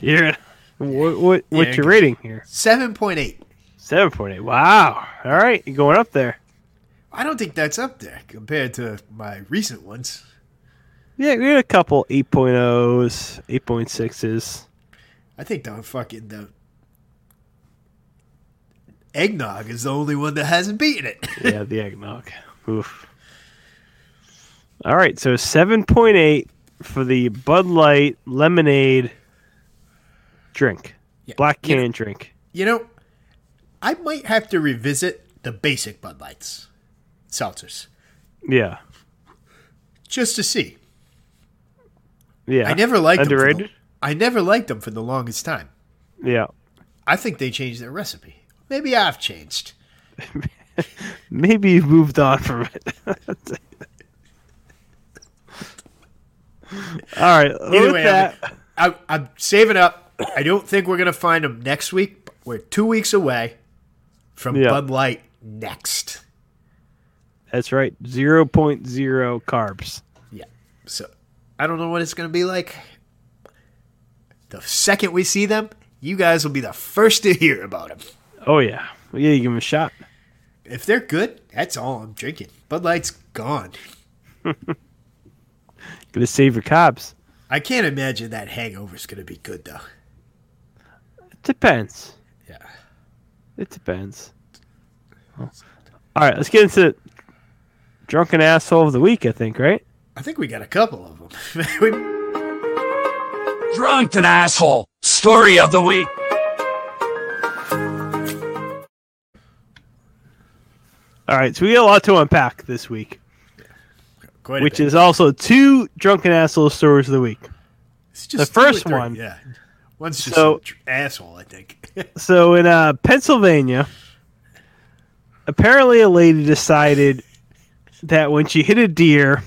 Yeah. What what what's
Yeah,
your
good.
rating here?
Seven point eight.
Seven point eight. Wow. All right, you're going up there.
I don't think that's up there compared to my recent ones.
Yeah, we had a couple 8.0s, 8.6s.
I think the fucking the eggnog is the only one that hasn't beaten it.
Yeah, the eggnog. Oof. All right, so 7.8 for the Bud Light lemonade drink.
Yeah,
Black
you
can
know-
drink.
You know, I might have to revisit the basic Bud Lights seltzers
Yeah.
just to see.
Yeah.
I never liked Them
Underrated?
for the, I never liked them for the longest time.
Yeah.
I think they changed their recipe. Maybe I've changed.
Maybe you've moved on from it. All right.
Either
with
way,
that,
I'm, I'm, I'm saving up. I don't think we're gonna find them next week. but We're two weeks away from
Yeah.
Bud Light next.
that's right. 0.0 carbs.
Yeah. So I don't know what it's gonna be like. The second we see them, you guys will be the first to hear about them.
Oh, yeah. Yeah, you give them a shot.
If they're good, that's all I'm drinking. Bud Light's gone.
Gonna save your carbs.
I can't imagine that hangover's going to be good, though.
It depends.
Yeah.
It depends. All right, let's get into drunken asshole of the week. I think right.
I think we got a couple of them.
Drunken asshole. Story of the week.
All right, so we got a lot to unpack this week,
Quite a
which
bit.
is also two drunken asshole stories of the week.
It's
the
just two or
first
three,
one.
Yeah. One's just
So-
an tr- asshole, I think.
So in uh, Pennsylvania, apparently a lady decided that when she hit a deer,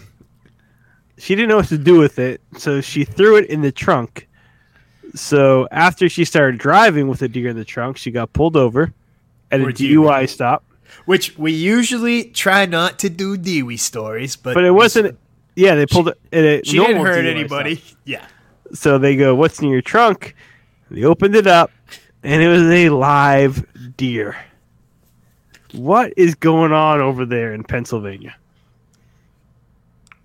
she didn't know what to do with it, so she threw it in the trunk. So after she started driving with the deer in the trunk, she got pulled over at a
Or a
DUI stop.
Which we usually try not to do Dewey stories, but
But it wasn't. Yeah, they pulled it. at a
She didn't
normal
hurt
DUI
anybody. Yeah.
stop. So they go, "What's in your trunk?" They opened it up, and it was a live deer. What is going on over there in Pennsylvania?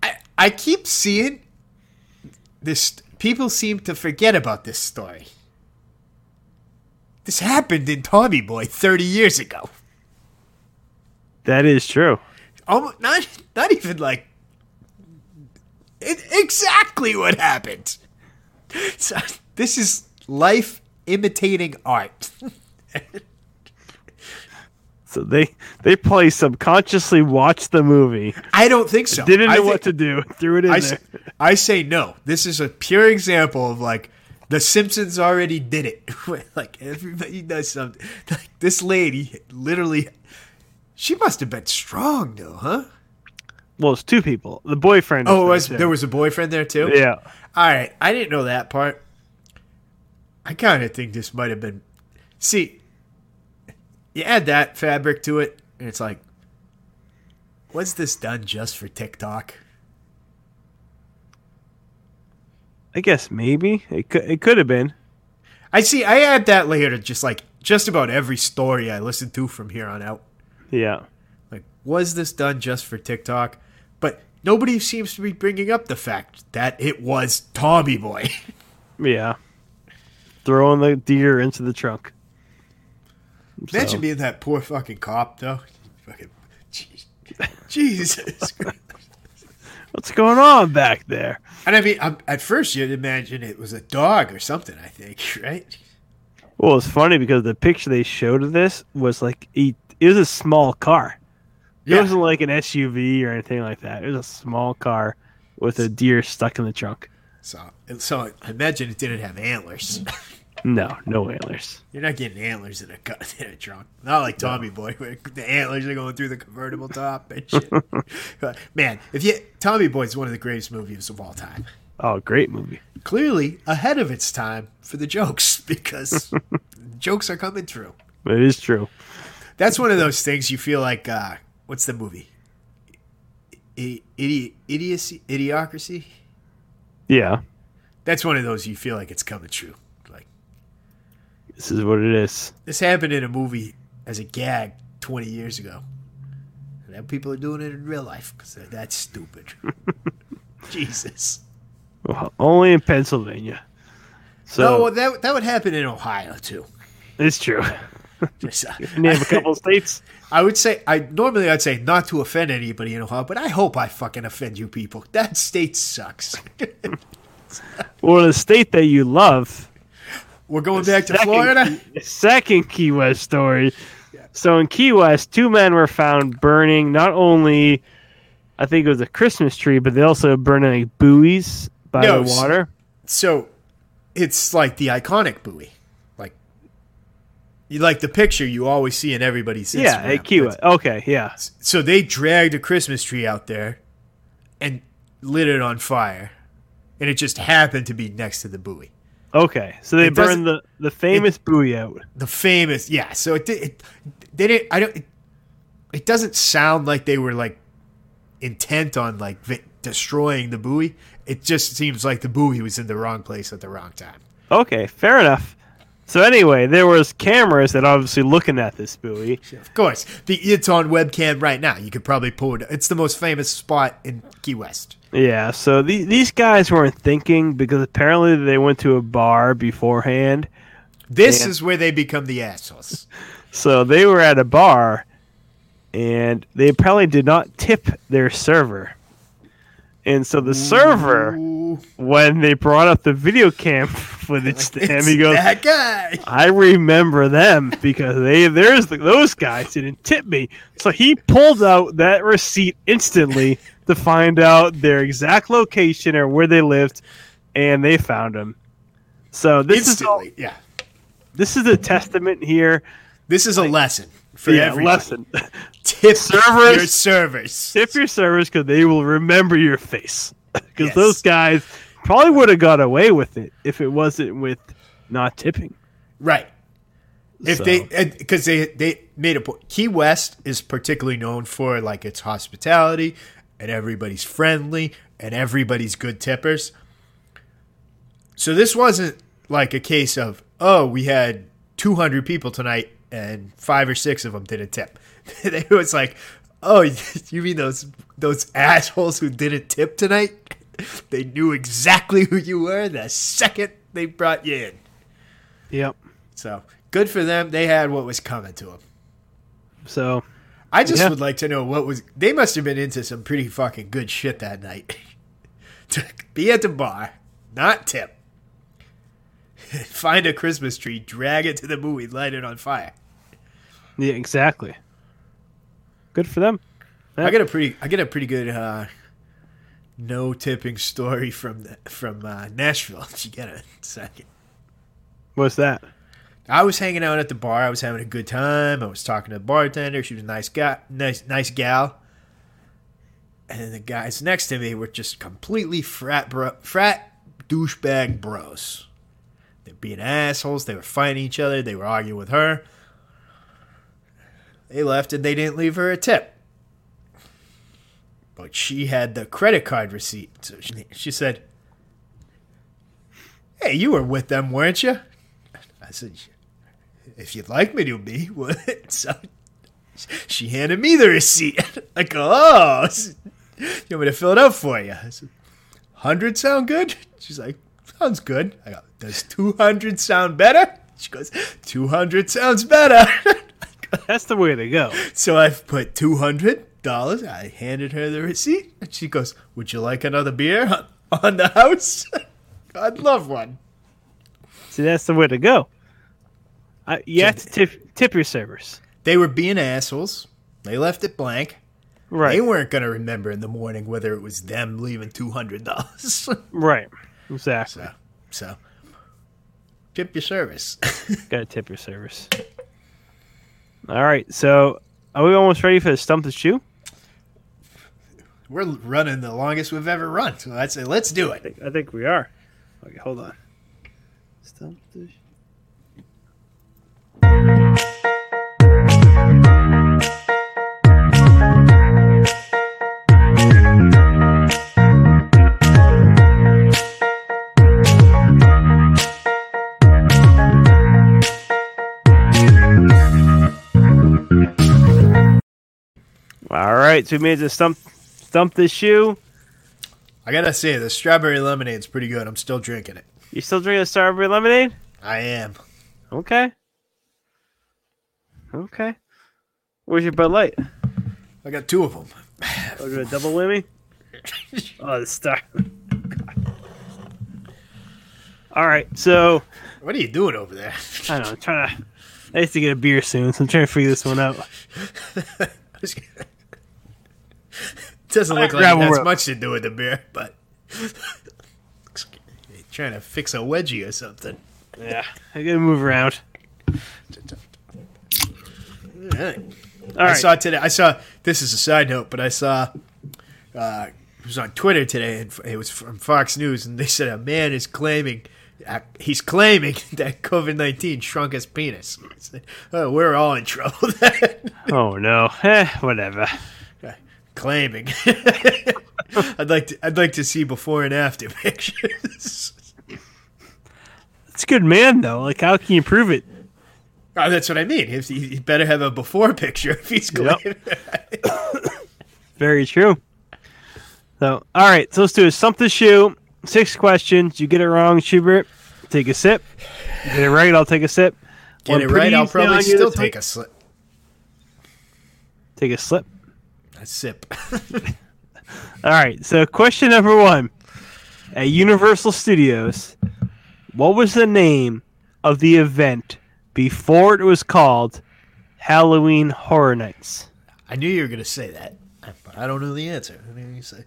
I, I keep seeing this. People seem to forget about this story. This happened in Tommy Boy 30 years ago.
That is true.
Almost, not, not even like it, exactly what happened. So, this is life imitating art.
So they they probably subconsciously watched the movie,
I don't think so.
didn't know
I
what to
thi-
do, threw it in
I,
there.
s- I say no. This is a pure example of like the Simpsons already did it. like everybody does something. Like this lady literally, she must have been strong though, huh?
Well, it's two people. The boyfriend.
Oh, it was
there,
there was a boyfriend there too?
too. yeah.
All right, I didn't know that part. I kind of think this might have been. See, you add that fabric to it, and it's like, was this done just for TikTok?
I guess maybe it could it could have been.
I see. I add that layer to just like just about every story I listen to from here on out.
Yeah.
Like, was this done just for TikTok? But nobody seems to be bringing up the fact that it was Tommy Boy.
Yeah. Throwing the deer into the trunk.
Imagine being that poor fucking cop, though. Fucking, jeez. Jesus.
What's going on back there?
and I mean, i at first you'd imagine it was a dog or something. I think, right?
Well, it's funny because the picture they showed of this was like a, it was a small car. It
Yeah.
wasn't like an SUV or anything like that. It was a small car with a deer stuck in the trunk.
So, so I imagine it didn't have antlers.
No, no antlers.
You're not getting antlers in a cu- in a trunk. Not like Tommy Boy, where the antlers are going through the convertible top and shit. But, Man, if you Tommy Boy is one of the greatest movies of all time.
Oh, great movie.
Clearly ahead of its time for the jokes because jokes are coming true.
It is true.
That's one of those things you feel like. Uh, what's the movie? I- idi- idiocy, idiocracy.
Yeah,
That's one of those you feel like it's coming true. Like
this is what it is.
this happened in a movie as a gag 20 years ago. And now people are doing it in real life because that's stupid. Jesus.
Well, only in Pennsylvania.
No,
So
well, that that would happen in Ohio too.
it's true.
Just, uh,
Name a couple of states.
I would say I normally I'd say not to offend anybody in Ohio, but I hope I fucking offend you people. That state sucks.
Well, the state that you love.
We're going back to
Second-
Florida.
Second Key West story. So in Key West, two men were found burning not only, I think it was a Christmas tree, but they also burned like buoys by
No,
the
s-
water.
So it's like the iconic buoy, like you like the picture you always see in everybody's.
Yeah,
Instagram.
at Key West. Okay, yeah.
So they dragged a Christmas tree out there and lit it on fire. And it just happened to be next to the buoy.
Okay, so they
It doesn't-
burned the the famous buoy out.
The famous, yeah. So it, did- it they didn't. I don't. It, it doesn't sound like they were like intent on like vi- destroying the buoy. It just seems like the buoy was in the wrong place at the wrong time.
Okay, fair enough. So anyway, there was cameras that obviously looking at this buoy.
Of course, the it's on webcam right now. You could probably pull it. It's the most famous spot in Key West.
Yeah, so the, these guys weren't thinking because apparently they went to a bar beforehand.
This
Yeah.
is where they become the assholes.
So they were at a bar and they apparently did not tip their server. And so the server,
Ooh,
when they brought up the video cam footage to him,
it's
he goes,
that guy.
I remember them because they there's the, those guys didn't tip me. So he pulled out that receipt instantly to find out their exact location or where they lived, and they found him. So this is all,
Instantly, yeah.
this is a testament here.
This is a lesson for
Yeah,
everyone.
lesson.
Tip
Servers.
your servers.
tip your servers because they will remember your face. Because
Yes.
those guys probably would have got away with it if it wasn't with not tipping.
Right. If
So-
they because they they made a point. Key West is particularly known for like its hospitality and everybody's friendly and everybody's good tippers. So this wasn't like a case of oh we had 200 people tonight and five or six of them didn't tip. it was like oh you mean those those assholes who didn't tip tonight? they knew exactly who you were the second they brought you in.
Yep.
So good for them. They had what was coming to them.
So
I just
Yeah.
would like to know what was. They must have been into some pretty fucking good shit that night. to be at the bar, not tip. Find a Christmas tree, drag it to the movie, light it on fire.
yeah, exactly. Good for them. Yeah.
I get a pretty, I get a pretty good uh, no tipping story from the, from uh, Nashville. If you get a second.
What's that?
I was hanging out at the bar. I was having a good time. I was talking to the bartender. She was a nice guy, nice nice gal. And then the guys next to me were just completely frat bro, frat douchebag bros. They're being assholes. They were fighting each other. They were arguing with her. They left and they didn't leave her a tip. But she had the credit card receipt. So she, she said, Hey, you were with them, weren't you? I said, if you'd like me to be, what? So she handed me the receipt. I go, oh, you want me to fill it out for you? I said, 100 sound good? She's like, sounds good. I go, does 200 sound better? She goes, 200 sounds better.
That's the way to go.
so I put $200. I handed her the receipt. And she goes, would you like another beer on- on the house? I'd love one.
See, that's the way to go. I, you have to tip, tip your servers.
They were being assholes. They left it blank.
Right.
They weren't going to remember in the morning whether it was them leaving $200.
right. Exactly.
so, so, tip your service.
Got to tip your servers. All right. So, are we almost ready for the stump the shoe?
We're running the longest we've ever run. So I'd say, let's do it.
I think we are. Okay, hold on. Stump the All right, so we made the stump, stump the shoe.
I got to say, the strawberry lemonade's pretty good. I'm still drinking it.
You still drinking strawberry lemonade?
I am.
Okay. Okay. Where's your Bud Light?
I got two of them.
I'll do a double whammy. Oh, the star. All right, so
What are you doing over there?
I don't know. I'm trying to. I used to get a beer soon, so I'm trying to figure this one out.
Doesn't look like
grab
it
one
has
real-
much to do with the beer, but You're trying to fix a wedgie or something.
Yeah, I gotta move around.
All right.
All
I
right,
saw today. I saw this is a side note, but I saw uh, it was on Twitter today, and it was from Fox News, and they said a man is claiming uh, he's claiming that COVID nineteen shrunk his penis. I said, oh, we're all in trouble. Then.
oh no, eh, whatever.
claiming. I'd like to. I'd like to see before and after pictures.
It's It's a good man though. Like how can you prove it?
Oh, that's what I mean. If he, he better have a before picture if he's going.
Very true. So, all right. So let's do a stump the shoe. Six questions. You get it wrong, Schubert. Take a sip. You get it right. I'll take a sip.
Get
One
it
pretty
right, I'll
easy on
probably
you
still
this week.
take a, slip,
Take a slip.
a sip.
All right. So question number one. At Universal Studios, what was the name of the event before it was called Halloween Horror Nights?
I knew you were going to say that. but I don't know the answer. I knew you say.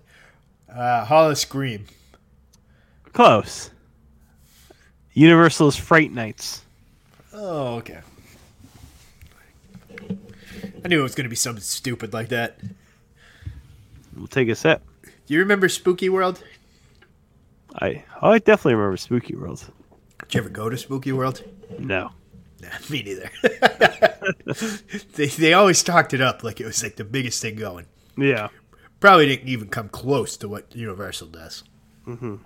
Uh, Hollow Scream.
Close. Universal's Fright Nights.
Oh, okay. I knew it was going to be something stupid like that.
We'll take a sip.
Do you remember Spooky World?
I oh, I definitely remember Spooky World.
Did you ever go to Spooky World?
No.
Nah, me neither. they, they always talked it up like it was like the biggest thing going.
Yeah.
Probably didn't even come close to what Universal does. Mm-hmm.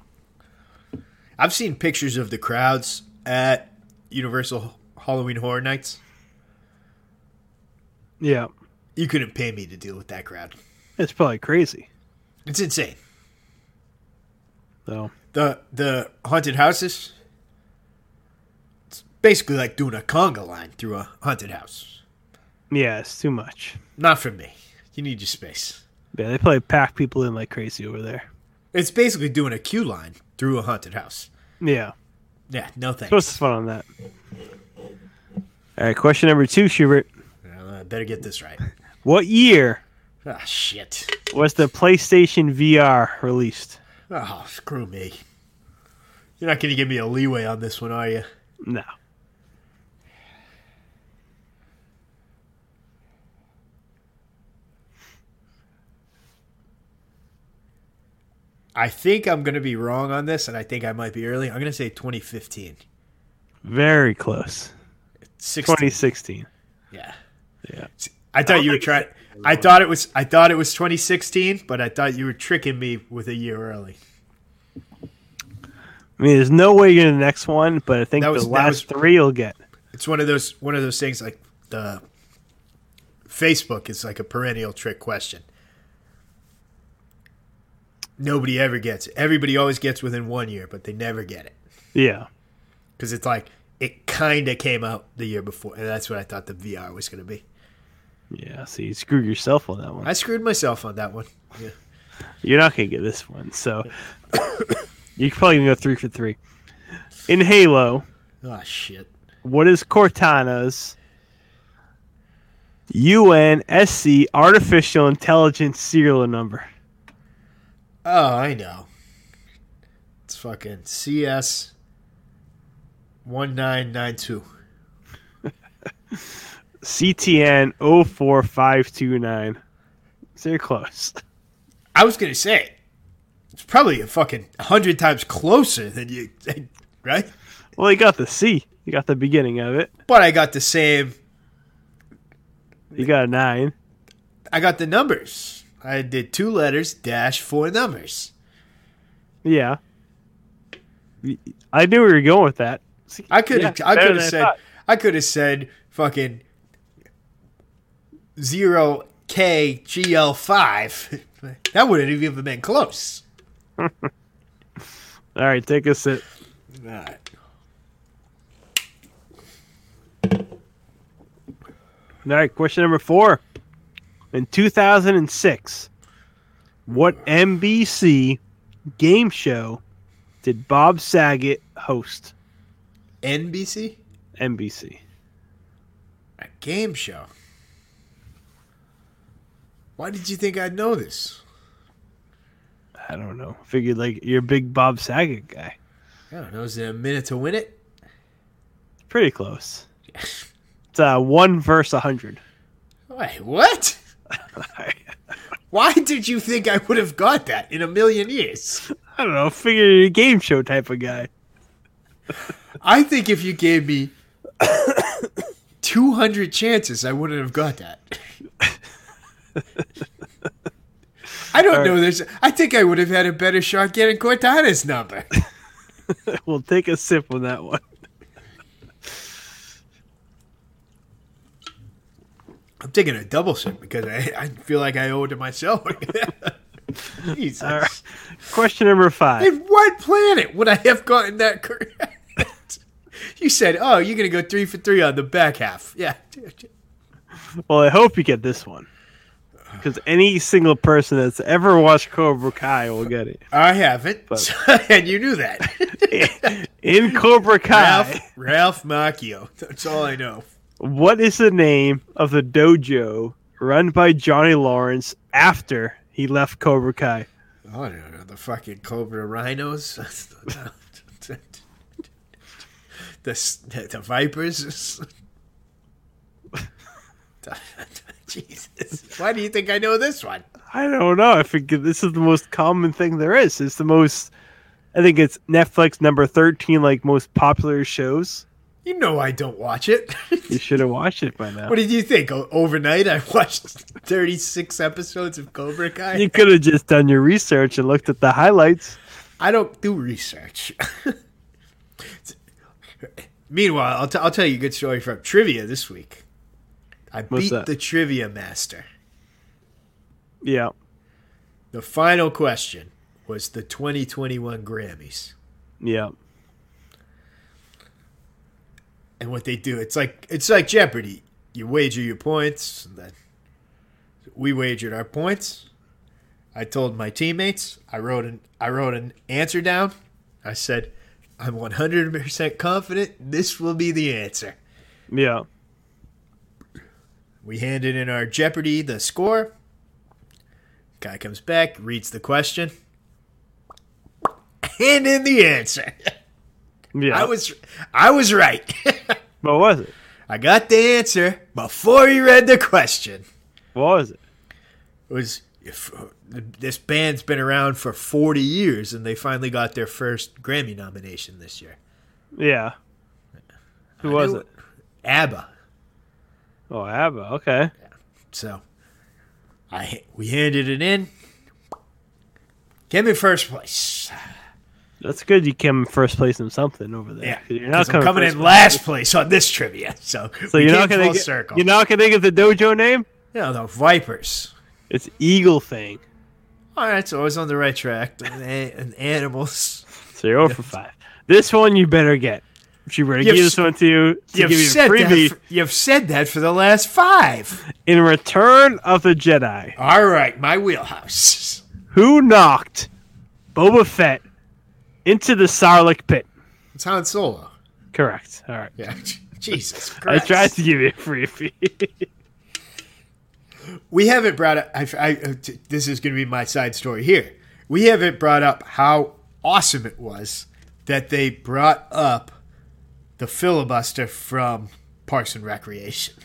I've seen pictures of the crowds at Universal Halloween Horror Nights.
Yeah.
You couldn't pay me to deal with that crowd.
It's probably crazy.
It's insane.
So
The the haunted houses. It's basically like doing a conga line through a haunted house.
yeah, it's too much.
Not for me. You need your space.
Yeah, they probably pack people in like crazy over there.
It's basically doing a queue line through a haunted house.
Yeah.
Yeah, no thanks.
What's the fun on that? All right, question number two, Schubert.
Uh, I better get this right.
What year
Ah, shit.
was the PlayStation VR released?
Oh, screw me. You're not going to give me a leeway on this one, are you?
No.
I think I'm going to be wrong on this, and I think I might be early. I'm going to say 2015.
Very close.
16.
Twenty sixteen.
Yeah.
Yeah.
I thought you were trying. I thought it was. I thought it was 2016, but I thought you were tricking me with a year early.
I mean there's no way you're in the next one, but I think
That was-
the
that
last
was-
three you'll get.
It's one of those. One of those things like the Facebook is like a perennial trick question. Nobody ever gets it. Everybody always gets within one year, but they never get it
Yeah.
because it's like it kind of came out the year before, and that's what I thought the VR was going to be.
Yeah, so you screwed yourself on that one.
I screwed myself on that one. Yeah.
You're not gonna get this one, so you could probably gonna go three for three. In Halo,
Oh shit.
what is Cortana's UNSC artificial intelligence serial number?
Oh, I know. It's fucking CS one nine nine two.
CTN 04529. So you're close.
I was gonna say it's probably a fucking hundred times closer than you, right?
Well, you got the C. You got the beginning of it.
But I got the same.
You got a nine.
I got the numbers. I did two letters dash four numbers.
Yeah. Y- I knew we were going with that.
I could have.
Yeah,
I
better
could
than I
have said.
thought.
I could have said fucking zero K G L five. That wouldn't have even been close.
All right, take a sip.
All right.
All right, question number four. In 2006, what NBC game show did Bob Saget host?
NBC.
NBC.
A game show. Why did you think I'd know this?
I don't know. Figured like you're a big Bob Saget guy.
I don't know. Is it a minute to win it?
Pretty close. It's uh, one verse a hundred.
Wait, what?
I
Why did you think I would have got that in a million years?
don't know. Figured you're a game show type of guy.
I think if you gave me 200 chances, I wouldn't have got that. I don't know this. I think I would have had a better shot getting Cortana's number.
we'll take a sip on that one.
taking a double sip because I, I feel like I owe it to myself. Jesus.
All right. Question number five.
In what planet would I have gotten that correct? you said, oh, you're going to go three for three on the back half. Yeah.
Well, I hope you get this one. Because any single person that's ever watched Cobra Kai will get it.
I haven't. and you knew that.
In Cobra Kai,
Ralph, Ralph Macchio. That's all I know.
what is the name of the dojo run by Johnny Lawrence after he left Cobra Kai?
Oh, I don't know. The fucking Cobra Rhinos. the, the, the Vipers. Jesus. Why do you think I know this one?
I don't know. I forget. This is the most common thing there is. It's the most. I think it's Netflix number thirteen, like most popular shows.
You know I don't watch it.
You should have watched it by now.
what did you think? O- Overnight, I watched 36 episodes of Cobra Kai.
You could have just done your research and looked at the highlights.
I don't do research. Meanwhile, I'll, t- I'll tell you a good story from trivia this week. I
What's
beat
that?
the trivia master.
Yeah.
The final question was the 2021 Grammys.
Yeah.
And what they do, it's like it's like Jeopardy. You wager your points, and then we wagered our points. I told my teammates, I wrote an I wrote an answer down. I said, I'm 100% confident this will be the answer.
Yeah.
We handed in our Jeopardy the score. Guy comes back, reads the question, and in the answer.
Yeah.
I was I was right.
what was it?
I got the answer before he read the question.
What was it?
It was if, uh, this band's been around for 40 years and they finally got their first Grammy nomination this year.
Yeah. Who was
knew-
it?
ABBA.
Oh, ABBA. Okay.
So I we handed it in. Came in first place.
That's good. You came in first place in something over there.
Yeah,
'Cause You're not
'cause I'm
coming,
coming
first
in
place.
last place on this trivia, so,
So
we
you're
came
not gonna
full
get,
circle.
you're not gonna get the dojo name.
you know, the Vipers.
It's Eagle Fang.
All right, so I was on the right track. And, and animals.
So you're 0 for five. This one you better get. She better
You've
give
s-
this one to you to
You've
give you a
said, that
freebie
for, you've said that for the last five.
in Return of the Jedi.
All right, my wheelhouse.
Who knocked Boba Fett into the Sarlacc pit?
It's Han Solo.
Correct. All right.
Yeah, Jesus
I
Christ.
tried to give you a freebie.
we haven't brought up. I, I, uh, t- this is going to be my side story here. We haven't brought up how awesome it was that they brought up the filibuster from Parks and Recreation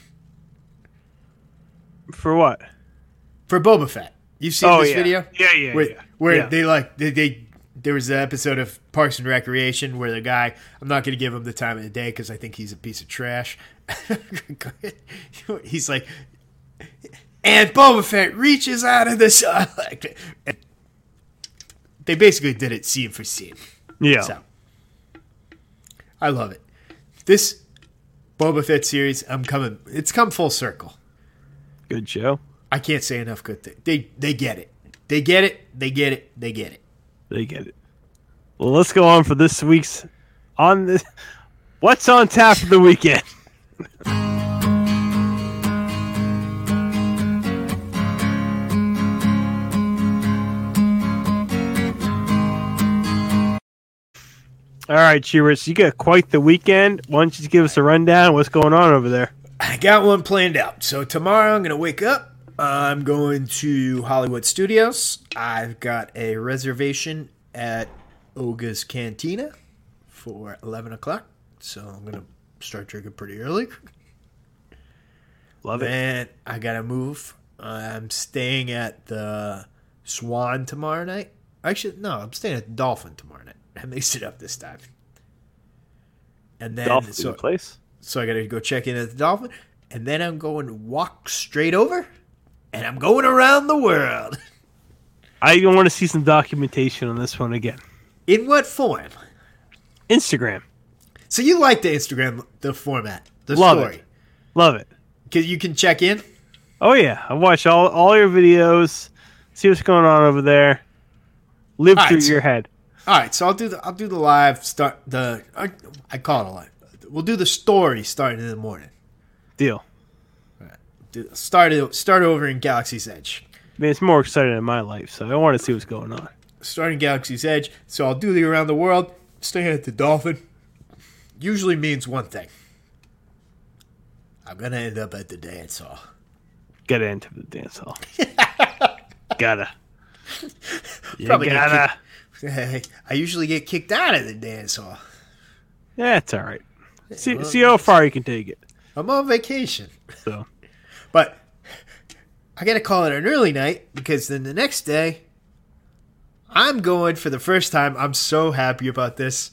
for what?
for Boba Fett. You've seen
Oh,
this
yeah.
video?
Yeah, yeah,
Where,
yeah.
where
Yeah.
they like they, they there was an episode of Parks and Recreation where the guy I'm not going to give him the time of the day because I think he's a piece of trash. he's like, and Boba Fett reaches out of the side. And they basically did it scene for scene.
Yeah.
So I love it. This Boba Fett series, I'm coming. It's come full circle.
Good show.
I can't say enough good things. They they get it. They get it. They get it. They get it.
They get it. Well, let's go on for this week's on this. What's on tap for the weekend? All right, Chewers, you got quite the weekend. Why don't you give us a rundown? of What's going on over there?
I got one planned out. So tomorrow I'm gonna wake up. I'm going to Hollywood Studios. I've got a reservation at Oga's Cantina for eleven o'clock. So I'm gonna start drinking pretty early.
Love it.
Then I gotta move. I'm staying at the Swan tomorrow night. Actually, no, I'm staying at the Dolphin tomorrow night. I mixed it up this time. And then
Dolphins
so,
in place.
so I gotta go check in at the Dolphin, and then I'm going to walk straight over, and I'm going around the world.
I even want to see some documentation on this one again.
In what form?
Instagram.
So you like the Instagram the format, the
Love
story,
it. Love it.
because you can check in.
Oh yeah, I watch all all your videos. See what's going on over there. Live
All right,
through
so-
your head.
All right, so I'll do the I'll do the live start the I, I call it a live. We'll do the story starting in the morning.
Deal.
Do, start it- start over in Galaxy's Edge.
I mean, it's more exciting in my life, so I want to see what's going on.
Starting Galaxy's Edge. So I'll do the around the world. Staying at the Dolphin usually means one thing. I'm gonna end up at the dance hall.
Gotta enter the dance hall. gotta. You
Probably gonna
gotta.
I usually get kicked out of the dance hall.
Yeah, it's all right. See, see how far you can take it.
I'm on vacation.
So
But I got to call it an early night because then the next day, I'm going for the first time. I'm so happy about this.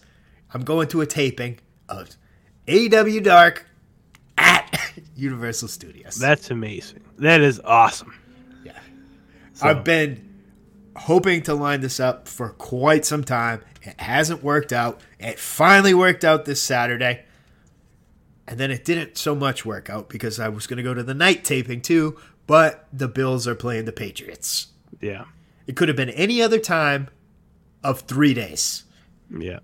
I'm going to a taping of AW Dark at Universal Studios.
that's amazing. That is awesome.
I've been hoping to line this up for quite some time. It hasn't worked out. It finally worked out this Saturday. And then it didn't so much work out because I was going to go to the night taping too, but the Bills are playing the Patriots.
Yeah,
It could have been any other time of three days,
yeah.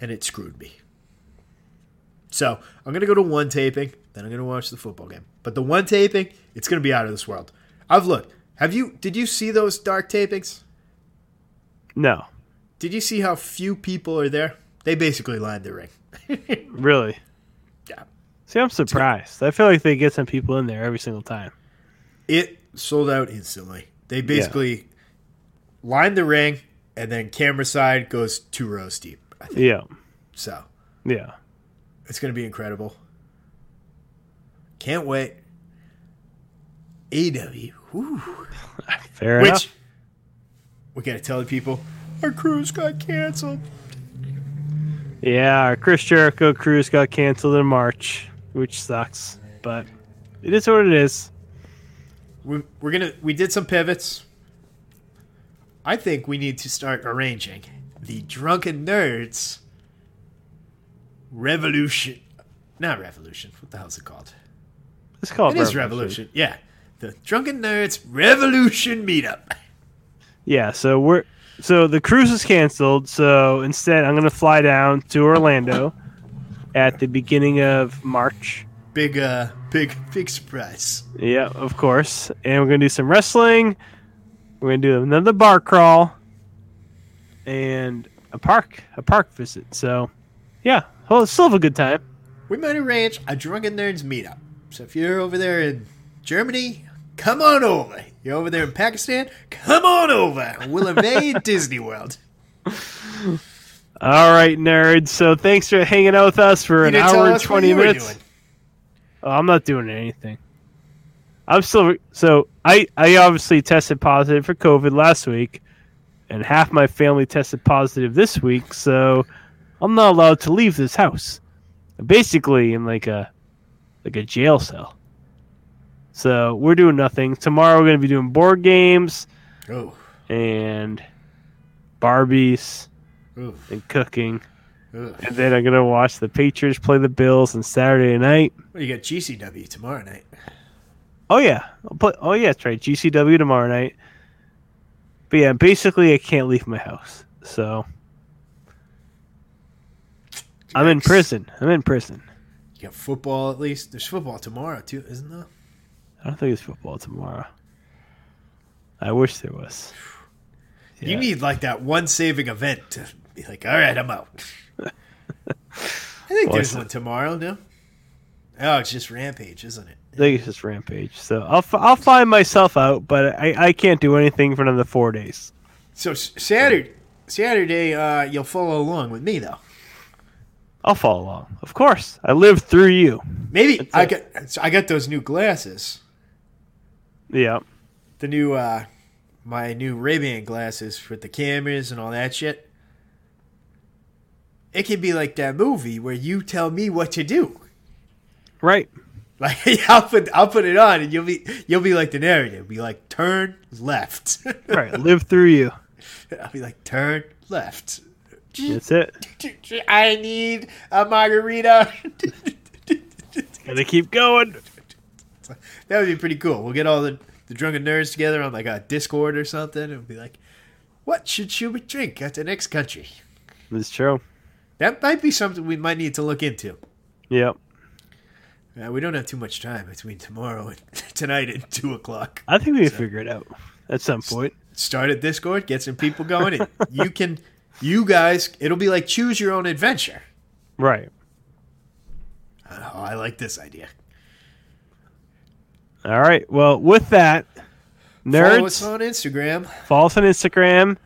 and it screwed me. So I'm going to go to one taping, then I'm going to watch the football game. But the one taping, it's going to be out of this world. I've looked. Have you? Did you see those dark tapings?
No,
Did you see how few people are there? They basically lined the ring.
really.
Yeah.
See, I'm surprised. I feel like they get some people in there every single time.
It sold out instantly. They basically lined the ring, and then camera side goes two rows deep.
Yeah,
So
yeah.
It's going to be incredible. Can't wait. AW. Woo.
Fair
Which
enough.
we got to tell the people our cruise got canceled.
Yeah, our Chris Jericho cruise got canceled in March, which sucks, but it is what it is.
We, we're going to we did some pivots. I think we need to start arranging the drunken nerds revolution. Not revolution. What the hell's it called?
It's called
It is revolution. Yeah. The drunken nerds revolution meetup.
Yeah, so we're so the cruise is canceled. So instead, I'm gonna fly down to Orlando at the beginning of March.
Big uh big big surprise.
Yeah, of course, and we're gonna do some wrestling. We're gonna do another bar crawl and a park a park visit. So yeah, well, still have a good time.
we might arrange a drunken nerds meetup. So if you're over there in Germany, come on over. You're over there in Pakistan, come on over. We'll invade Disney World.
All right, nerds. So thanks for hanging out with us for
You
an
didn't tell
hour and
us what
twenty
you were
minutes.
doing.
Oh, I'm not doing anything. I'm still so I I obviously tested positive for COVID last week, and half my family tested positive this week. So I'm not allowed to leave this house. I'm basically, in like a like a jail cell. So we're doing nothing. Tomorrow we're gonna be doing board games
Oh,
and Barbies
oh,
and cooking,
oh.
and then I'm gonna watch the Patriots play the Bills on Saturday night.
Well, you got GCW tomorrow night.
Oh yeah, I'll put. Oh yeah, that's right. GCW tomorrow night. But yeah, basically, I can't leave my house, so I'm in
Yikes.
prison. I'm in prison.
You got football at least. There's football tomorrow too, isn't there?
I don't think it's football tomorrow. I wish there was. Yeah.
You need like that one saving event to be like, all right, I'm out. I think
Well,
there's
it's-
one tomorrow, no? Oh, it's just Rampage, isn't it?
I think it's just rampage. So I'll f- I'll find myself out, but I I can't do anything for another four days.
So s- Saturday, Saturday, uh, you'll follow along with me though.
I'll follow along, of course. I live through you.
Maybe I
it.
got so I got those new glasses,
Yeah.
the new uh, my new Ray Ban glasses with the cameras and all that shit. It could be like that movie where you tell me what to do.
Right.
Like I'll put I'll put it on and you'll be you'll be like the narrative. Be like turn left.
Right. live through you.
I'll be like turn left.
That's it.
I need a margarita.
Gotta keep going.
that would be pretty cool. We'll get all the, the drunken nerds together on like a Discord or something and be like, what should Schubert drink at the next country?
It's true.
That might be something we might need to look into.
Yep.
Uh, we don't have too much time between tomorrow and tonight at 2 o'clock.
I think we can figure it out at some point.
Start at Discord, get some people going, and you can, you guys, it'll be like choose your own adventure.
Right.
Oh, I like this idea.
All right. Well, with that,
Follow us
nerds,
on Instagram.
follow us on Instagram,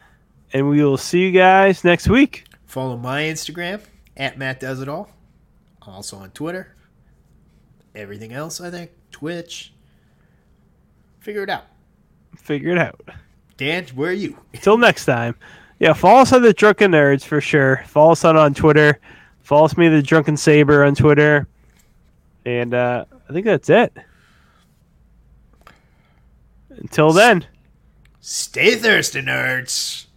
and we will see you guys next week.
Follow my Instagram at Matt Does It All. Also on Twitter. Everything else, I think. Twitch. Figure it out.
Figure it out.
Dan, where are you?
Till next time. Yeah, follow us on the Drunken Nerds for sure. Follow us on, on Twitter. Follow us me the Drunken Saber on Twitter. And uh, I think that's it. Until then.
Stay thirsty, nerds.